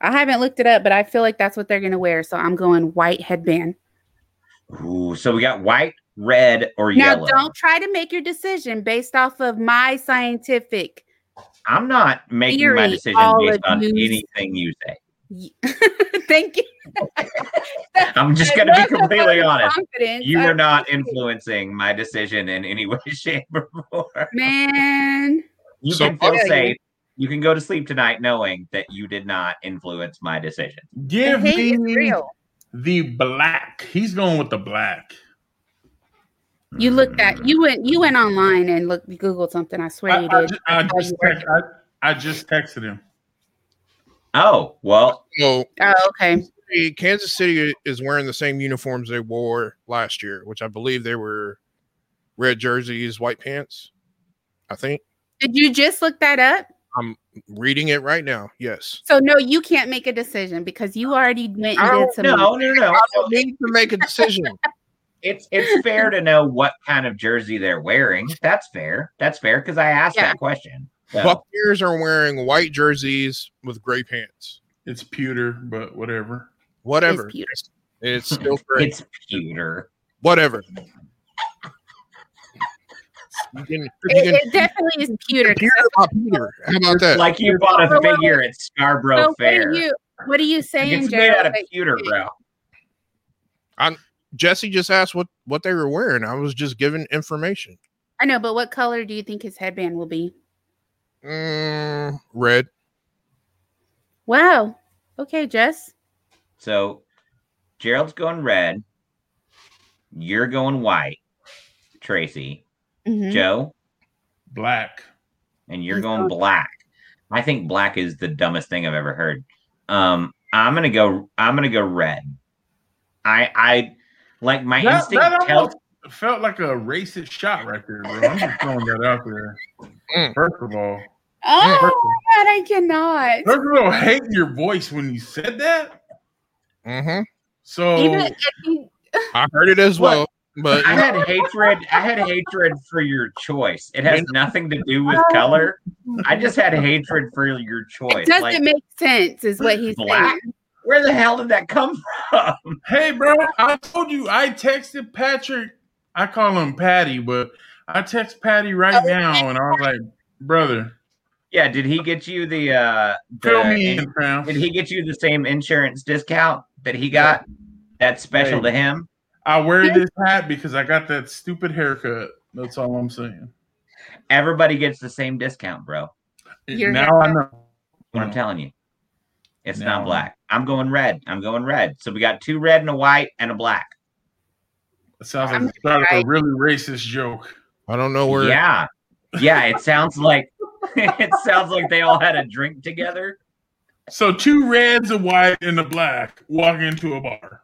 Speaker 2: I haven't looked it up, but I feel like that's what they're gonna wear. So I'm going white headband.
Speaker 1: Ooh, so we got white, red, or
Speaker 2: Now,
Speaker 1: yellow.
Speaker 2: don't try to make your decision based off of my scientific.
Speaker 1: I'm not making my
Speaker 2: Theory,
Speaker 1: decision
Speaker 2: all
Speaker 1: based
Speaker 2: of
Speaker 1: on
Speaker 2: you-
Speaker 1: anything you say.
Speaker 2: y- <laughs> Thank you.
Speaker 1: I'm just
Speaker 2: I
Speaker 1: going to
Speaker 2: love
Speaker 1: be
Speaker 2: your
Speaker 1: completely
Speaker 2: vote of
Speaker 1: honest.
Speaker 2: confidence. Uh,
Speaker 1: You
Speaker 2: I
Speaker 1: are not
Speaker 2: appreciate it.
Speaker 1: influencing my decision in any <laughs> way, shape, or form.
Speaker 2: Man,
Speaker 1: You
Speaker 4: So-
Speaker 1: can feel
Speaker 2: Yeah, you-
Speaker 1: safe. You can go to sleep tonight knowing that you did not influence my decision.
Speaker 3: Give
Speaker 2: the hate is
Speaker 3: me
Speaker 2: real.
Speaker 3: the black. He's going with the black.
Speaker 2: You looked at you went you went online and looked googled something. I swear
Speaker 3: I,
Speaker 2: you
Speaker 3: I
Speaker 2: did.
Speaker 3: ju- I
Speaker 2: How you
Speaker 3: just,
Speaker 2: work.
Speaker 3: text- I, I just texted him.
Speaker 1: Oh, well,
Speaker 4: So
Speaker 2: Oh, okay.
Speaker 4: City- Kansas City is wearing the same uniforms they wore last year, which I believe they were red jerseys, white pants. I think
Speaker 2: Did you just look that up?
Speaker 4: reading it right now. Yes.
Speaker 2: So no, you can't make a decision because you already went
Speaker 1: I
Speaker 2: and did
Speaker 1: don't-
Speaker 2: some.
Speaker 1: no, no, no.
Speaker 4: I don't need to make a decision.
Speaker 1: It's it's fair to know what kind of jersey they're wearing. That's fair. That's fair because I asked
Speaker 2: Yeah.
Speaker 1: that question. So,
Speaker 4: Buccaneers are wearing white jerseys with gray pants.
Speaker 3: It's pewter, but whatever.
Speaker 4: Whatever.
Speaker 2: pewter.
Speaker 4: It's,
Speaker 1: <laughs>
Speaker 4: it's still gray.
Speaker 1: it's pewter.
Speaker 4: Whatever. You can, if you
Speaker 2: It,
Speaker 4: can
Speaker 2: it definitely is pewter. 'cause
Speaker 4: Peter by Peter. How about that?
Speaker 1: Like you bought
Speaker 2: Well,
Speaker 1: a
Speaker 2: well,
Speaker 1: figure at
Speaker 2: So
Speaker 1: Scarborough
Speaker 2: what
Speaker 1: Fair.
Speaker 2: are you what are you saying,
Speaker 1: It's made
Speaker 2: Gerald?
Speaker 1: out of
Speaker 2: Like,
Speaker 1: pewter, bro.
Speaker 4: Jesse just asked what what they were wearing. I was just giving information.
Speaker 2: I know, but what color do you think his headband will be?
Speaker 4: Mm, red.
Speaker 2: Wow. Okay, Jess.
Speaker 1: So Gerald's going red. You're going white, Tracy,
Speaker 2: Mhm.
Speaker 1: Joe,
Speaker 3: Black.
Speaker 1: and you're
Speaker 2: He's
Speaker 1: going
Speaker 2: going-
Speaker 1: black. I think black is the dumbest thing I've ever heard. Um, I'm gonna go. I'm gonna go red. I I like my
Speaker 3: That-
Speaker 1: instinct
Speaker 3: that
Speaker 1: tells.
Speaker 3: almost felt like a racist shot right there, bro. I'm just throwing that out there.
Speaker 4: Mm.
Speaker 3: First of all,
Speaker 2: Oh
Speaker 3: first,
Speaker 2: my god, I cannot.
Speaker 3: first of all, hate your voice when you said that.
Speaker 4: hmm
Speaker 3: So
Speaker 2: Even if you-
Speaker 4: I heard it as
Speaker 1: What?
Speaker 4: well,
Speaker 1: <laughs>
Speaker 4: but
Speaker 1: I had hatred. I had hatred for your choice. It has nothing to do with color.
Speaker 2: <laughs>
Speaker 1: I just had hatred for your
Speaker 2: it
Speaker 1: choice.
Speaker 2: doesn't
Speaker 1: Like,
Speaker 2: make sense, is what he's
Speaker 1: Black.
Speaker 2: saying.
Speaker 1: where the hell did that come from?
Speaker 3: Hey, bro, I told you I texted Patrick. I call him Patty, but I text Patty right
Speaker 2: Oh,
Speaker 3: now, and I was like, brother,
Speaker 1: Yeah, did he get you the uh
Speaker 3: fill
Speaker 1: the-
Speaker 3: me in, fam.
Speaker 1: did he get you the same insurance discount that he got that's special to him?
Speaker 3: I wear this hat because I got that stupid haircut. That's all I'm saying.
Speaker 1: Everybody gets the same discount, bro.
Speaker 2: Your
Speaker 3: now I know.
Speaker 1: What I'm telling you. It's
Speaker 3: No.
Speaker 1: not black. I'm going red. I'm going red. So we got two red and a white and a black.
Speaker 3: It sounds like
Speaker 2: I'm
Speaker 3: the start of
Speaker 2: right.
Speaker 3: a really racist joke.
Speaker 4: I don't know where.
Speaker 1: Yeah. Yeah, it sounds like <laughs> it sounds like they all had a drink together.
Speaker 3: So two reds, a white, and a black walk into a bar.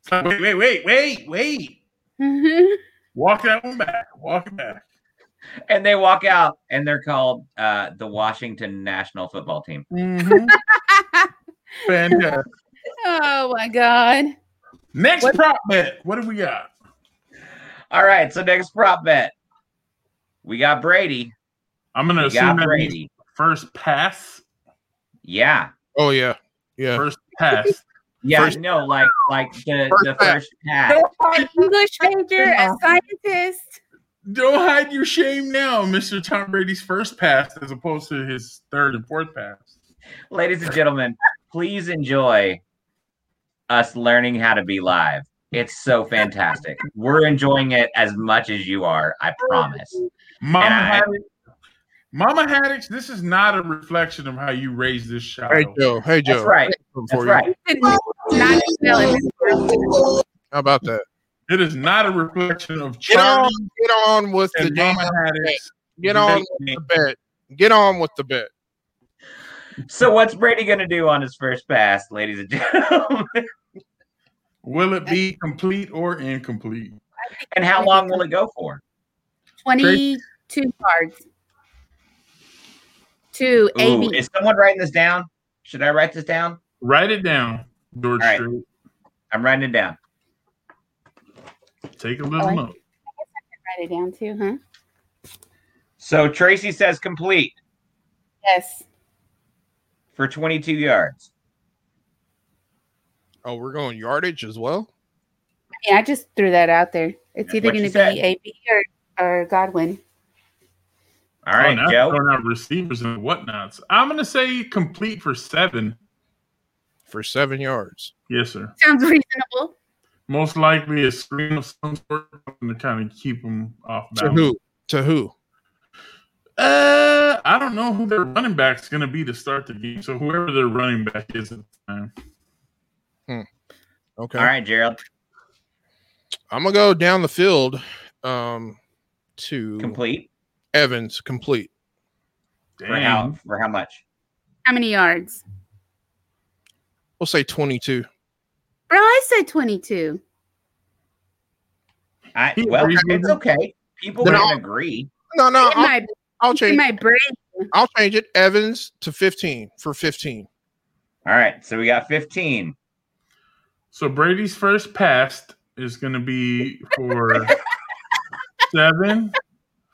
Speaker 3: It's like, wait, wait, wait, wait, wait.
Speaker 2: Mhm.
Speaker 3: Walk that one back. Walk it back.
Speaker 1: And they walk out and they're called uh the Washington National Football Team.
Speaker 3: Mhm. <laughs> Fantastic.
Speaker 2: <laughs> oh my god.
Speaker 3: Next
Speaker 2: What-
Speaker 3: prop bet. What do we got?
Speaker 1: All right, so next prop bet. We got Brady.
Speaker 3: I'm gonna
Speaker 1: We
Speaker 3: assume
Speaker 1: got
Speaker 3: that means
Speaker 1: Brady.
Speaker 3: first pass.
Speaker 1: Yeah.
Speaker 4: Oh yeah, yeah.
Speaker 3: First pass.
Speaker 1: Yeah,
Speaker 4: First-
Speaker 1: no, like like the
Speaker 4: First
Speaker 1: the
Speaker 4: pass.
Speaker 1: first pass.
Speaker 3: don't, hide,
Speaker 2: An English major, a scientist.
Speaker 3: don't hide your shame now, Mr. Tom Brady's first pass, as opposed to his third and fourth pass.
Speaker 1: Ladies and gentlemen, please enjoy us learning how to be live. It's so fantastic. We're enjoying it as much as you are, I promise.
Speaker 3: Mama
Speaker 1: And I-
Speaker 3: Haddix, Mama Haddix, this is not a reflection of how you raised this child.
Speaker 4: Hey Joe. Hey Joe.
Speaker 1: That's right. That's
Speaker 4: Before you-
Speaker 1: right.
Speaker 2: Not developed.
Speaker 4: How about that?
Speaker 3: It is not a reflection of
Speaker 4: Get on.
Speaker 3: Charlie
Speaker 4: Get on with the
Speaker 3: and Mama
Speaker 4: damn.
Speaker 3: Haddix.
Speaker 4: Get on with the bet. Get on with the bet.
Speaker 1: So what's Brady gonna do on his first pass, ladies and gentlemen? <laughs>
Speaker 3: Will it be complete or incomplete?
Speaker 1: And how long will it go for?
Speaker 2: 22 cards. Two
Speaker 1: Ooh,
Speaker 2: eighty.
Speaker 1: is someone writing this down? Should I write this down?
Speaker 3: Write it down, George
Speaker 1: All right.
Speaker 3: Strait.
Speaker 1: I'm writing it down.
Speaker 3: Take a
Speaker 2: I
Speaker 3: little
Speaker 2: like
Speaker 3: note.
Speaker 2: Write it down too, huh?
Speaker 1: So Tracy says complete
Speaker 2: Yes.
Speaker 1: for 22 yards.
Speaker 4: Oh, we're going yardage as well.
Speaker 2: Yeah, I just threw that out there. It's either
Speaker 1: what
Speaker 2: going
Speaker 1: she
Speaker 2: to
Speaker 1: said.
Speaker 2: be AB or, or Godwin.
Speaker 1: All right,
Speaker 3: Oh, now
Speaker 1: Joe.
Speaker 3: throwing out receivers and whatnots. I'm gonna say complete for seven.
Speaker 4: for seven yards.
Speaker 3: Yes, sir.
Speaker 2: Sounds reasonable.
Speaker 3: Most likely a screen of some sort to kind of keep them off
Speaker 4: To
Speaker 3: balance.
Speaker 4: who? To who?
Speaker 3: Uh, I don't know who their running back's going to be to start the game. So whoever their running back is at the time.
Speaker 4: Okay.
Speaker 1: All right, Gerald.
Speaker 4: I'm gonna go down the field um to
Speaker 1: Complete
Speaker 4: Evans complete.
Speaker 1: for how
Speaker 3: Damn.
Speaker 1: for how much?
Speaker 2: How many yards?
Speaker 4: We'll say 22.
Speaker 2: Bro, I said 22.
Speaker 1: I
Speaker 3: He
Speaker 1: well,
Speaker 3: agrees with
Speaker 1: it's
Speaker 3: me.
Speaker 1: okay. People
Speaker 4: Then
Speaker 1: can
Speaker 4: I'll-
Speaker 1: agree.
Speaker 4: No, no,
Speaker 2: In
Speaker 4: I'll,
Speaker 2: my,
Speaker 4: I'll
Speaker 2: in
Speaker 4: change.
Speaker 2: my brain,
Speaker 4: I'll change it. Evans to 15 for 15.
Speaker 1: All right, so we got 15.
Speaker 3: So Brady's first pass is going to be for 7,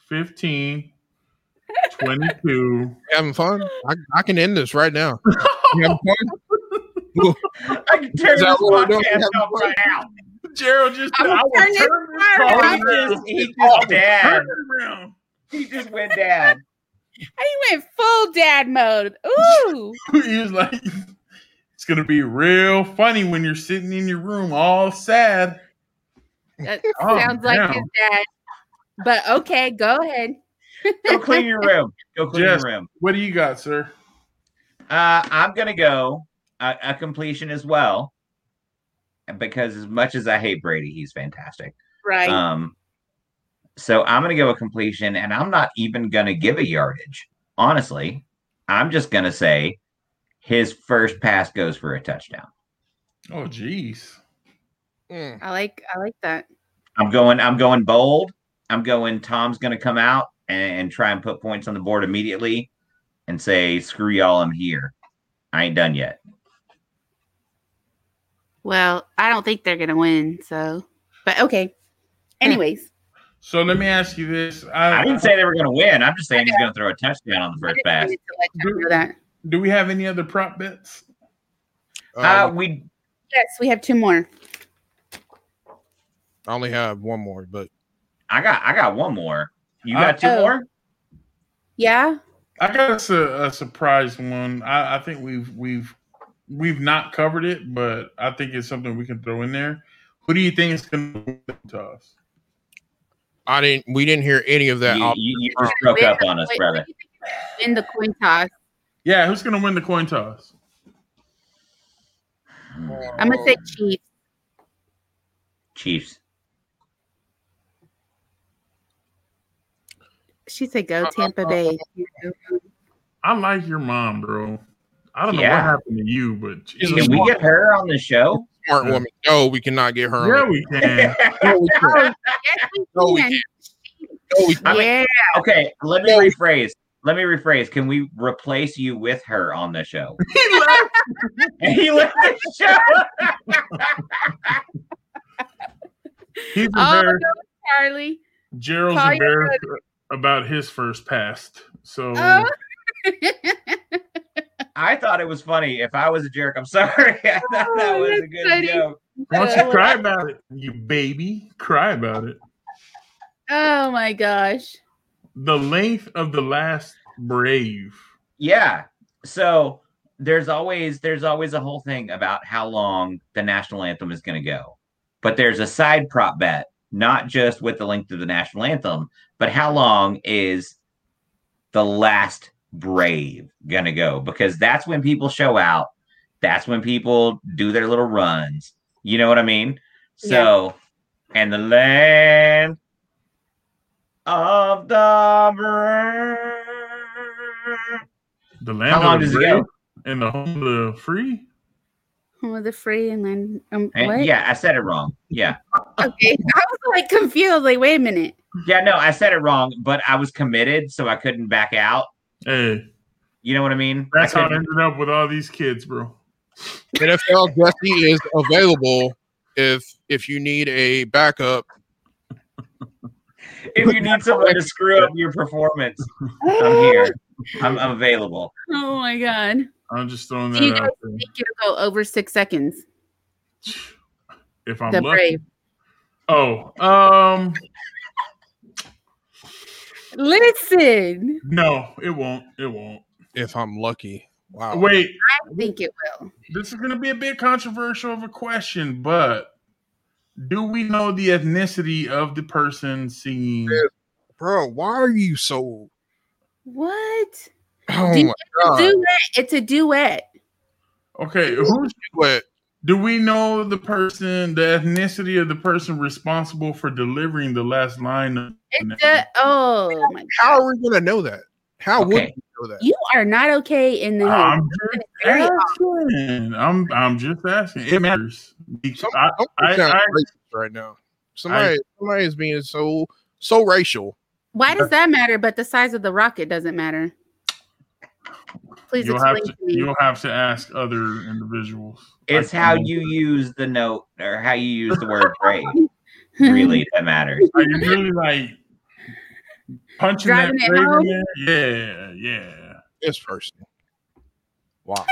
Speaker 3: 15,
Speaker 1: <laughs>
Speaker 3: 22.
Speaker 4: You having fun? I, I can end this right now. You having
Speaker 1: <laughs>
Speaker 4: fun?
Speaker 1: I can turn this
Speaker 4: Is that what we're doing?
Speaker 1: podcast off right now.
Speaker 3: Gerald just said,
Speaker 2: I'm
Speaker 3: I will
Speaker 2: turning
Speaker 3: turn
Speaker 2: around.
Speaker 3: this call
Speaker 1: He
Speaker 3: around.
Speaker 1: just, he just
Speaker 3: I will
Speaker 1: dad.
Speaker 3: turn it around. <laughs>
Speaker 1: He just went dad.
Speaker 2: I went full dad mode.
Speaker 1: <laughs>
Speaker 2: Ooh.
Speaker 3: he was like, it's gonna be real funny when you're sitting in your room all sad.
Speaker 2: That
Speaker 3: Oh,
Speaker 2: sounds like
Speaker 3: damn.
Speaker 2: his dad. But okay, go ahead.
Speaker 1: Go clean your room. Go clean
Speaker 3: Yes.
Speaker 1: your room.
Speaker 3: What do you got, sir?
Speaker 1: Uh, I'm gonna go a, a completion as well, because as much as I hate Brady, he's fantastic.
Speaker 2: Right.
Speaker 1: Um, so I'm going to go a completion, and I'm not even going to give a yardage. Honestly, I'm just going to say his first pass goes for a touchdown.
Speaker 3: Oh, jeez.
Speaker 4: Mm.
Speaker 2: I like I like that.
Speaker 1: I'm going. I'm going bold. I'm going. Tom's going to come out and, and try and put points on the board immediately, and say, "Screw y'all, I'm here. I ain't done yet."
Speaker 2: Well, I don't think they're gonna win, so but okay.
Speaker 1: Hmm.
Speaker 2: Anyways,
Speaker 3: So let me ask you this:
Speaker 1: I
Speaker 3: I,
Speaker 1: didn't say they were going to win. I'm just saying he's going to throw a touchdown on the
Speaker 2: I
Speaker 1: first
Speaker 2: just
Speaker 1: pass.
Speaker 2: wanted to let
Speaker 3: Mm-hmm.
Speaker 2: y'all know that.
Speaker 3: do we have any other prop bets?
Speaker 1: Uh,
Speaker 4: Um,
Speaker 1: we
Speaker 2: Yes, we have two more.
Speaker 4: I only have one more, but
Speaker 1: I got I got one more. You
Speaker 3: I-
Speaker 1: got two
Speaker 2: Oh.
Speaker 1: more?
Speaker 2: Yeah?
Speaker 3: I got a, su- a surprise one. I, I think we've we've we've not covered it, but I think it's something we can throw in there. Who do you think is going to toss?
Speaker 4: I didn't. We didn't hear any of that.
Speaker 1: You,
Speaker 4: I'll-
Speaker 1: you, you just broke
Speaker 2: Win
Speaker 1: up
Speaker 2: the
Speaker 1: on us,
Speaker 2: coin-
Speaker 1: brother.
Speaker 2: Win the coin toss.
Speaker 3: Yeah, who's going to win the coin toss?
Speaker 4: Hmm.
Speaker 2: I'm gonna
Speaker 1: Oh.
Speaker 2: say Chiefs.
Speaker 1: Chiefs.
Speaker 2: She
Speaker 1: <laughs>
Speaker 2: said go Tampa Bay.
Speaker 3: I like your mom, bro. I don't know
Speaker 1: Yeah.
Speaker 3: what happened to you, but
Speaker 4: She's a
Speaker 1: Can we get her on the show?
Speaker 4: smart woman. No, we cannot get her.
Speaker 3: yeah,
Speaker 4: on.
Speaker 3: we can.
Speaker 4: No,
Speaker 1: <laughs>
Speaker 4: we can't.
Speaker 2: Yes, we
Speaker 4: No, we
Speaker 2: can.
Speaker 4: No, we can't.
Speaker 1: I mean-
Speaker 2: yeah.
Speaker 1: Okay, let me
Speaker 4: No.
Speaker 1: rephrase. Let me rephrase. Can we replace you with her on the
Speaker 2: <laughs>
Speaker 1: show?
Speaker 3: he left.
Speaker 1: <laughs> he left the show.
Speaker 3: He's
Speaker 2: Oh, no,
Speaker 3: embarrassed.
Speaker 2: Charlie.
Speaker 3: Gerald's
Speaker 2: Call your
Speaker 3: embarrassed about his first past. So
Speaker 2: Oh.
Speaker 1: I thought it was funny. If I was a jerk, I'm sorry. <laughs> I thought that
Speaker 2: Oh,
Speaker 1: was a
Speaker 2: that's
Speaker 1: good
Speaker 2: funny.
Speaker 1: joke.
Speaker 3: why <laughs> don't you cry about it, you baby? Cry about it.
Speaker 2: <laughs> oh my gosh.
Speaker 3: The length of the last brave.
Speaker 1: Yeah. So there's always there's always a whole thing about how long the national anthem is going to go. But there's a side prop bet, not just with the length of the national anthem, but how long is the last brave going to go because that's when people show out. That's when people do their little runs. You know what I mean? So and the land of the brave
Speaker 3: The land
Speaker 1: How
Speaker 3: of
Speaker 1: long
Speaker 3: the
Speaker 1: does it
Speaker 3: brave
Speaker 1: go?
Speaker 3: and the home of the free.
Speaker 2: Oh, the free and then um,
Speaker 3: Eh,
Speaker 1: And-
Speaker 2: what?
Speaker 1: Eh, yeah, I said it wrong. Yeah.
Speaker 2: Okay. <laughs> I was like confused. Like, wait a minute.
Speaker 1: Yeah, no, I said it wrong, but I was committed, so I couldn't back out.
Speaker 3: Hey,
Speaker 1: You know what I mean?
Speaker 3: that's
Speaker 1: I
Speaker 3: how I
Speaker 1: couldn't-
Speaker 3: ended up with all these kids, bro.
Speaker 4: NFL Jesse is available if if you need a backup.
Speaker 1: if you need someone to screw up your performance, I'm here. I'm, I'm available.
Speaker 2: <gasps> Oh my god!
Speaker 3: I'm just throwing
Speaker 2: Do you
Speaker 3: that
Speaker 2: guys
Speaker 3: out there.
Speaker 2: think it'll go over six seconds?
Speaker 3: If I'm
Speaker 2: the
Speaker 3: lucky.
Speaker 2: brave.
Speaker 3: Oh, um,
Speaker 2: Listen,
Speaker 3: no, it won't. It won't.
Speaker 4: if I'm lucky.
Speaker 1: Oh.
Speaker 4: Wow.
Speaker 3: Wait,
Speaker 2: I think it will.
Speaker 3: this is going to be a bit controversial of a question, but do we know the ethnicity of the person singing?
Speaker 4: Bro, why are you so
Speaker 2: What?
Speaker 4: Oh
Speaker 2: Do you
Speaker 4: my
Speaker 3: Uh.
Speaker 4: god.
Speaker 2: Duet. It's a duet.
Speaker 3: Okay, who
Speaker 4: But
Speaker 3: do we know the person, the ethnicity of the person responsible for delivering the last line? Of
Speaker 2: It's a, oh my
Speaker 4: how are we gonna know that? How would
Speaker 1: Okay.
Speaker 4: we know that?
Speaker 2: You are not okay in the head.
Speaker 3: I'm just asking. I'm I'm just asking. It matters. Because I,
Speaker 4: Somebody
Speaker 3: I-
Speaker 4: sounds
Speaker 3: I-
Speaker 4: racist right now. Somebody somebody is being so so racial.
Speaker 2: Why does that matter? But the size of the rocket doesn't matter. Please
Speaker 3: you'll
Speaker 2: explain
Speaker 3: have
Speaker 2: to,
Speaker 3: to
Speaker 2: me.
Speaker 3: you'll have to ask other individuals.
Speaker 1: It's
Speaker 3: I-
Speaker 1: how you use the note or how you use the word brave.
Speaker 2: <laughs>
Speaker 1: Really, that matters.
Speaker 3: Are you really like punching
Speaker 2: Driving
Speaker 3: that
Speaker 2: it
Speaker 3: flavor,
Speaker 2: home?
Speaker 3: man? Yeah, yeah.
Speaker 4: This person. Wow.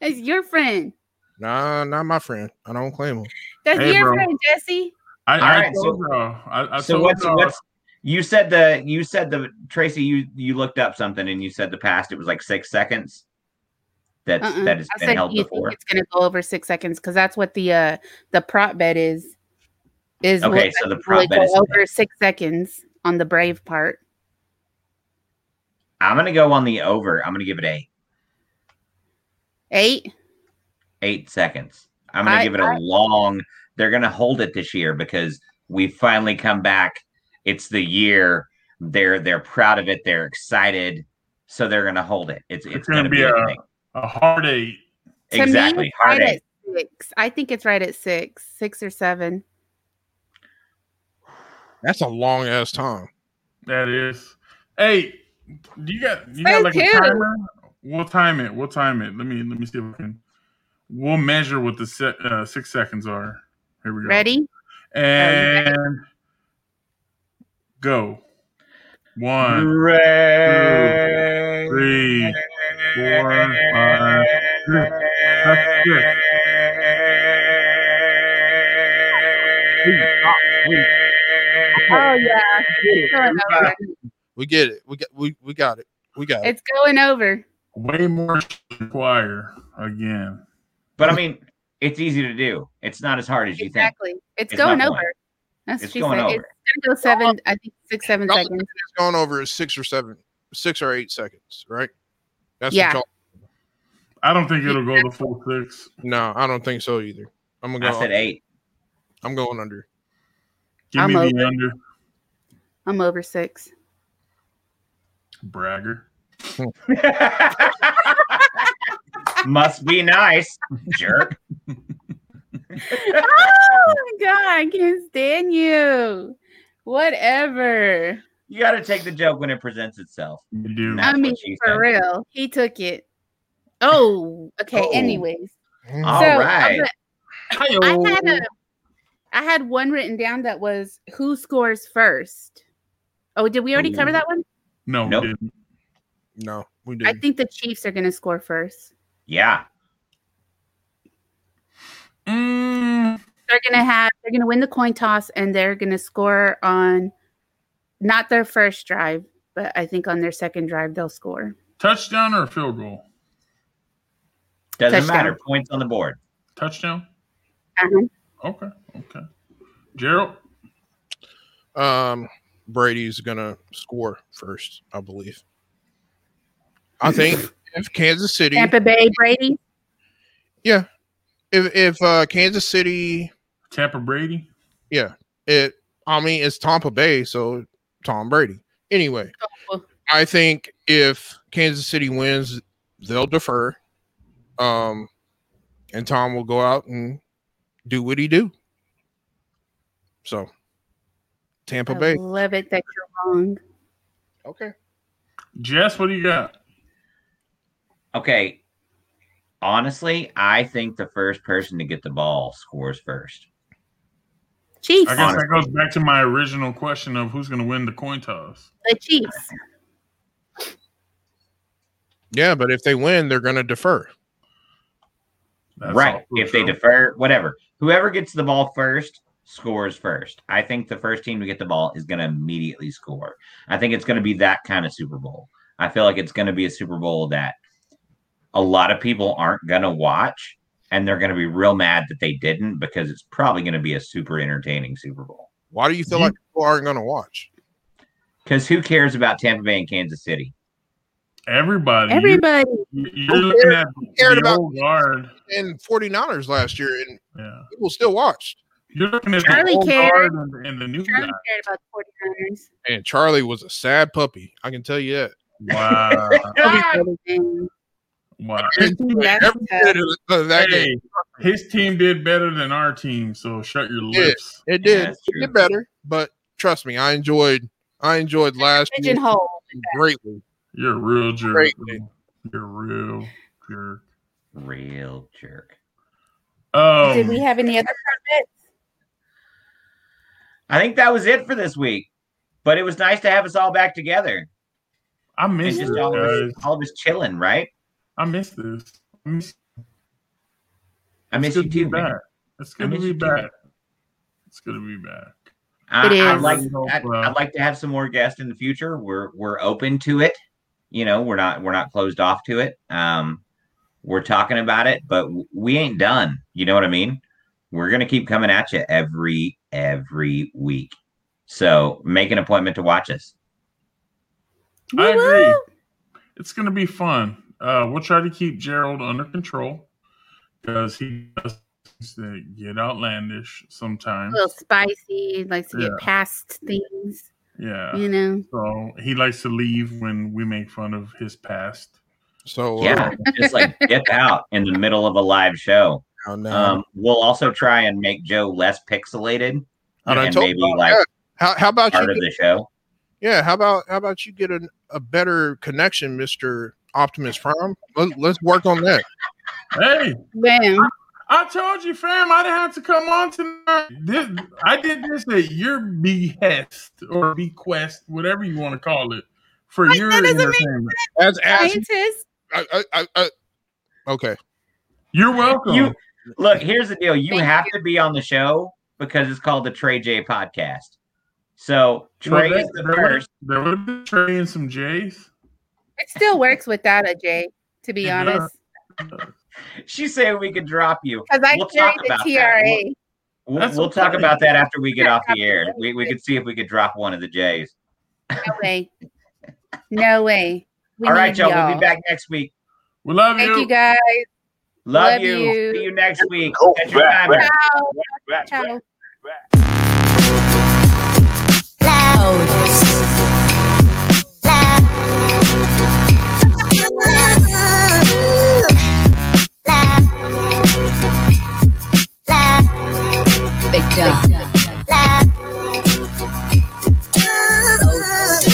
Speaker 2: That's your friend.
Speaker 4: Nah, not my friend. I don't claim him.
Speaker 2: That's
Speaker 3: Hey,
Speaker 2: your
Speaker 3: bro.
Speaker 2: friend, Jesse.
Speaker 3: I,
Speaker 1: All
Speaker 3: I
Speaker 1: right,
Speaker 3: told y'all. I, I
Speaker 1: So
Speaker 3: told
Speaker 1: what's
Speaker 3: y'all.
Speaker 1: what's you said the you said the Tracy you you looked up something and you said the past it was like six seconds. That's
Speaker 2: Uh-uh.
Speaker 1: that has
Speaker 2: I
Speaker 1: been
Speaker 2: said,
Speaker 1: held
Speaker 2: do you
Speaker 1: before.
Speaker 2: think it's gonna go over six seconds? Because that's what the uh the prop bet is. Is
Speaker 1: Okay,
Speaker 2: what-
Speaker 1: so the
Speaker 2: will
Speaker 1: prop
Speaker 2: it go
Speaker 1: bet is
Speaker 2: over six seconds on the brave part.
Speaker 1: I'm gonna go on the over. I'm gonna give it eight
Speaker 2: Eight.
Speaker 1: eight seconds. I'm gonna
Speaker 2: I-
Speaker 1: give it a long. They're gonna hold it this year because we finally come back. It's the year. They're they're proud of it. They're excited. So they're gonna hold it. It's it's, gonna, be, a, thing.
Speaker 3: a hard eight.
Speaker 2: To
Speaker 1: exactly
Speaker 2: me, it's
Speaker 1: hard
Speaker 2: right
Speaker 1: eight.
Speaker 2: at six. I think it's right at six, six or seven.
Speaker 4: That's a long ass time.
Speaker 3: That is. Hey, do you got you got
Speaker 2: So
Speaker 3: like
Speaker 2: cute.
Speaker 3: a timer? We'll time it. We'll time it. Let me let me see if we can. We'll measure what the se- uh, six seconds are. Here we go.
Speaker 2: Ready?
Speaker 3: And go. One, three, four, five. six. That's six.
Speaker 2: Oh yeah. It's going over.
Speaker 4: We get it. We got we, we got it. We got it.
Speaker 2: It's going over.
Speaker 3: Way more require again.
Speaker 1: But I mean, it's easy to do. It's not as hard as you think.
Speaker 2: Exactly. It's,
Speaker 1: It's
Speaker 2: going
Speaker 1: not
Speaker 2: over.
Speaker 1: going.
Speaker 2: That's
Speaker 1: It's
Speaker 2: what she
Speaker 1: going
Speaker 2: said.
Speaker 1: over.
Speaker 2: It's gonna go seven, I think six, seven
Speaker 4: Y'all-
Speaker 2: seconds.
Speaker 4: It's gone over six or seven, six or eight seconds, right? That's
Speaker 2: Yeah.
Speaker 4: what y'all
Speaker 3: I don't think it'll go the full six.
Speaker 4: no, I don't think so either. I'm gonna
Speaker 1: I
Speaker 4: go
Speaker 1: said
Speaker 2: <laughs>
Speaker 1: eight.
Speaker 4: I'm going under.
Speaker 3: Give
Speaker 2: I'm
Speaker 3: me
Speaker 2: over
Speaker 3: the under
Speaker 2: I'm over six.
Speaker 3: bragger.
Speaker 1: Must be nice, jerk.
Speaker 2: oh my god, I can't stand you. Whatever.
Speaker 1: You got to take the joke when it presents itself.
Speaker 3: You do.
Speaker 1: That's
Speaker 2: I mean,
Speaker 1: what she
Speaker 2: for
Speaker 1: said.
Speaker 2: real, he took it. Oh, okay.
Speaker 1: Oh.
Speaker 2: Anyways,
Speaker 1: All
Speaker 2: so
Speaker 1: right.
Speaker 2: I'm a- I had a, I had one written down that was who scores first. Oh, did we already cover
Speaker 1: Ooh.
Speaker 2: that one?
Speaker 3: No, we
Speaker 1: Nope.
Speaker 3: didn't.
Speaker 4: No, we
Speaker 2: I
Speaker 4: did.
Speaker 2: think the Chiefs are going to score first.
Speaker 1: Yeah.
Speaker 3: Mm,
Speaker 2: They're going to have they're going to win the coin toss and they're going to score on not their first drive, but I think on their second drive they'll score.
Speaker 3: touchdown or field goal?
Speaker 1: Doesn't
Speaker 2: Touchdown.
Speaker 1: matter. Points on the board.
Speaker 3: Touchdown.
Speaker 2: Uh-huh.
Speaker 3: Okay. Okay. Gerald.
Speaker 4: Um, Brady's gonna score first, I believe.
Speaker 2: <laughs>
Speaker 4: I think if Kansas City,
Speaker 2: Tampa Bay Brady.
Speaker 4: if if uh, Kansas City,
Speaker 3: Tampa Brady.
Speaker 4: it, I mean, it's Tampa Bay, so Tom Brady. Anyway,
Speaker 2: Oh.
Speaker 4: I think if Kansas City wins, they'll defer, um, and Tom will go out and do what he do. So, Tampa
Speaker 2: I
Speaker 4: Bay.
Speaker 2: love it that you're wrong.
Speaker 4: Okay.
Speaker 3: Jess, what do you got?
Speaker 1: Okay. Honestly, I think the first person to get the ball scores first.
Speaker 2: Chiefs.
Speaker 3: I guess that goes back to my original question of who's going to win the coin toss.
Speaker 2: The Chiefs.
Speaker 4: Yeah, but if they win, they're going to defer.
Speaker 3: That's
Speaker 1: right.
Speaker 3: all for
Speaker 1: If they
Speaker 3: sure.
Speaker 1: defer, whatever. Whoever gets the ball first scores first. I think the first team to get the ball is going to immediately score. I think it's going to be that kind of Super Bowl. I feel like it's going to be a Super Bowl that a lot of people aren't going to watch and they're going to be real mad that they didn't because it's probably going to be a super entertaining Super Bowl.
Speaker 4: Why do you feel
Speaker 3: You-
Speaker 4: like people aren't going to watch?
Speaker 1: Because who cares about Tampa Bay and Kansas City?
Speaker 3: everybody, you-
Speaker 2: Everybody.
Speaker 3: you- you're looking at
Speaker 4: cared
Speaker 3: the
Speaker 4: about-
Speaker 3: old guard.
Speaker 4: And 49ers last year, and
Speaker 3: Yeah,
Speaker 4: people still watched.
Speaker 3: you're looking at
Speaker 2: Charlie
Speaker 3: the old
Speaker 2: cared.
Speaker 3: guard and, and the new
Speaker 2: Charlie
Speaker 3: guy.
Speaker 2: cared about the 49ers.
Speaker 4: And Charlie was a sad puppy. I can tell you that.
Speaker 3: Wow,
Speaker 1: Ah!
Speaker 2: Charlie cared. <laughs>
Speaker 3: wow.
Speaker 2: That's
Speaker 4: Every
Speaker 2: tough.
Speaker 4: minute of that game,
Speaker 3: Hey, his team did better than our team, so shut your
Speaker 4: Yeah.
Speaker 3: lips.
Speaker 4: it did.
Speaker 1: that's
Speaker 4: it
Speaker 1: true.
Speaker 4: did better, but trust me, I enjoyed. I enjoyed last year
Speaker 2: Pigeonhole.
Speaker 4: greatly.
Speaker 3: You're a real jerk.
Speaker 4: Great.
Speaker 3: You're a real jerk.
Speaker 1: Real jerk.
Speaker 3: Um,
Speaker 2: Did we have any other topics?
Speaker 1: I think that was it for this week. But it was nice to have us all back together.
Speaker 3: I
Speaker 1: And
Speaker 3: missed this,
Speaker 1: just all of
Speaker 3: guys.
Speaker 1: us, all of us chilling, right?
Speaker 3: I missed this. I miss,
Speaker 1: I miss
Speaker 3: it's
Speaker 1: you
Speaker 3: good to be
Speaker 1: too, man.
Speaker 3: back. It's good
Speaker 1: I
Speaker 3: to
Speaker 1: miss
Speaker 3: be
Speaker 1: you too.
Speaker 3: back. It's good to be back.
Speaker 1: I,
Speaker 2: It
Speaker 1: I'd
Speaker 2: is.
Speaker 1: like
Speaker 3: Really hope,
Speaker 1: I'd,
Speaker 3: uh,
Speaker 1: I'd like to have some more guests in the future. We're we're open to it. You know, we're not we're not closed off to it. Um, we're talking about it, but w- we ain't done. You know what I mean? We're gonna keep coming at you every every week. So make an appointment to watch us.
Speaker 3: I
Speaker 2: Woo-woo!
Speaker 3: agree. It's going to be fun. Uh, we'll try to keep Gerald under control because he does things that get outlandish
Speaker 2: A
Speaker 3: sometimes.
Speaker 2: little spicy, likes to get
Speaker 3: Yeah.
Speaker 2: past things,
Speaker 3: Yeah.
Speaker 2: you know.
Speaker 3: So he likes to leave when we make fun of his past.
Speaker 4: So uh,
Speaker 1: Yeah, just
Speaker 2: <laughs>
Speaker 1: like dip out in the middle of a live show.
Speaker 4: uh, now,
Speaker 1: Um, we'll also try and make Joe less pixelated
Speaker 4: And I
Speaker 1: and
Speaker 4: told
Speaker 1: maybe
Speaker 4: you about
Speaker 1: like
Speaker 4: that. how, how about you?
Speaker 1: part of
Speaker 4: Get,
Speaker 1: the show.
Speaker 4: yeah, how about how about you get a, a better connection, Mister Optimus Prime? Let, let's work on that.
Speaker 3: Hey,
Speaker 2: Bam.
Speaker 3: I told you, fam, I didn't have to come on tonight. This, I did this at your behest or bequest, whatever you want to call it, for
Speaker 2: Wait,
Speaker 3: your
Speaker 2: that doesn't make
Speaker 3: entertainment.
Speaker 4: As, as
Speaker 2: Scientist.
Speaker 4: I, I, I, I, okay,
Speaker 3: You're welcome.
Speaker 1: You look. Here's the deal. You
Speaker 2: Thank
Speaker 1: have to be on the show because it's called the Trey J podcast. So
Speaker 3: Well,
Speaker 1: Trey
Speaker 3: there-
Speaker 1: is the
Speaker 3: there
Speaker 1: first.
Speaker 3: would- There would have been Trey and some J's.
Speaker 2: It still works without a J, to be
Speaker 3: It does.
Speaker 2: honest.
Speaker 1: She said we could drop you.
Speaker 2: Because I
Speaker 1: We'll
Speaker 2: carry
Speaker 1: talk
Speaker 2: the
Speaker 1: about that.
Speaker 2: TRA.
Speaker 1: We'll,
Speaker 3: That's
Speaker 1: we'll talk
Speaker 3: okay.
Speaker 1: about that after we get off the
Speaker 2: Yeah.
Speaker 1: air. We, we could see if we could drop one of the J's.
Speaker 2: No way. No way. We
Speaker 1: All right,
Speaker 2: need
Speaker 1: y'all. We'll be back next week.
Speaker 3: We love
Speaker 2: Thank you
Speaker 3: you.
Speaker 2: guys.
Speaker 1: Love,
Speaker 2: Love
Speaker 1: you.
Speaker 2: you.
Speaker 1: See you next week.
Speaker 5: Go
Speaker 1: Set your
Speaker 5: Oh, back,
Speaker 1: timer.
Speaker 5: back.
Speaker 2: Ciao. Ciao.
Speaker 6: loud.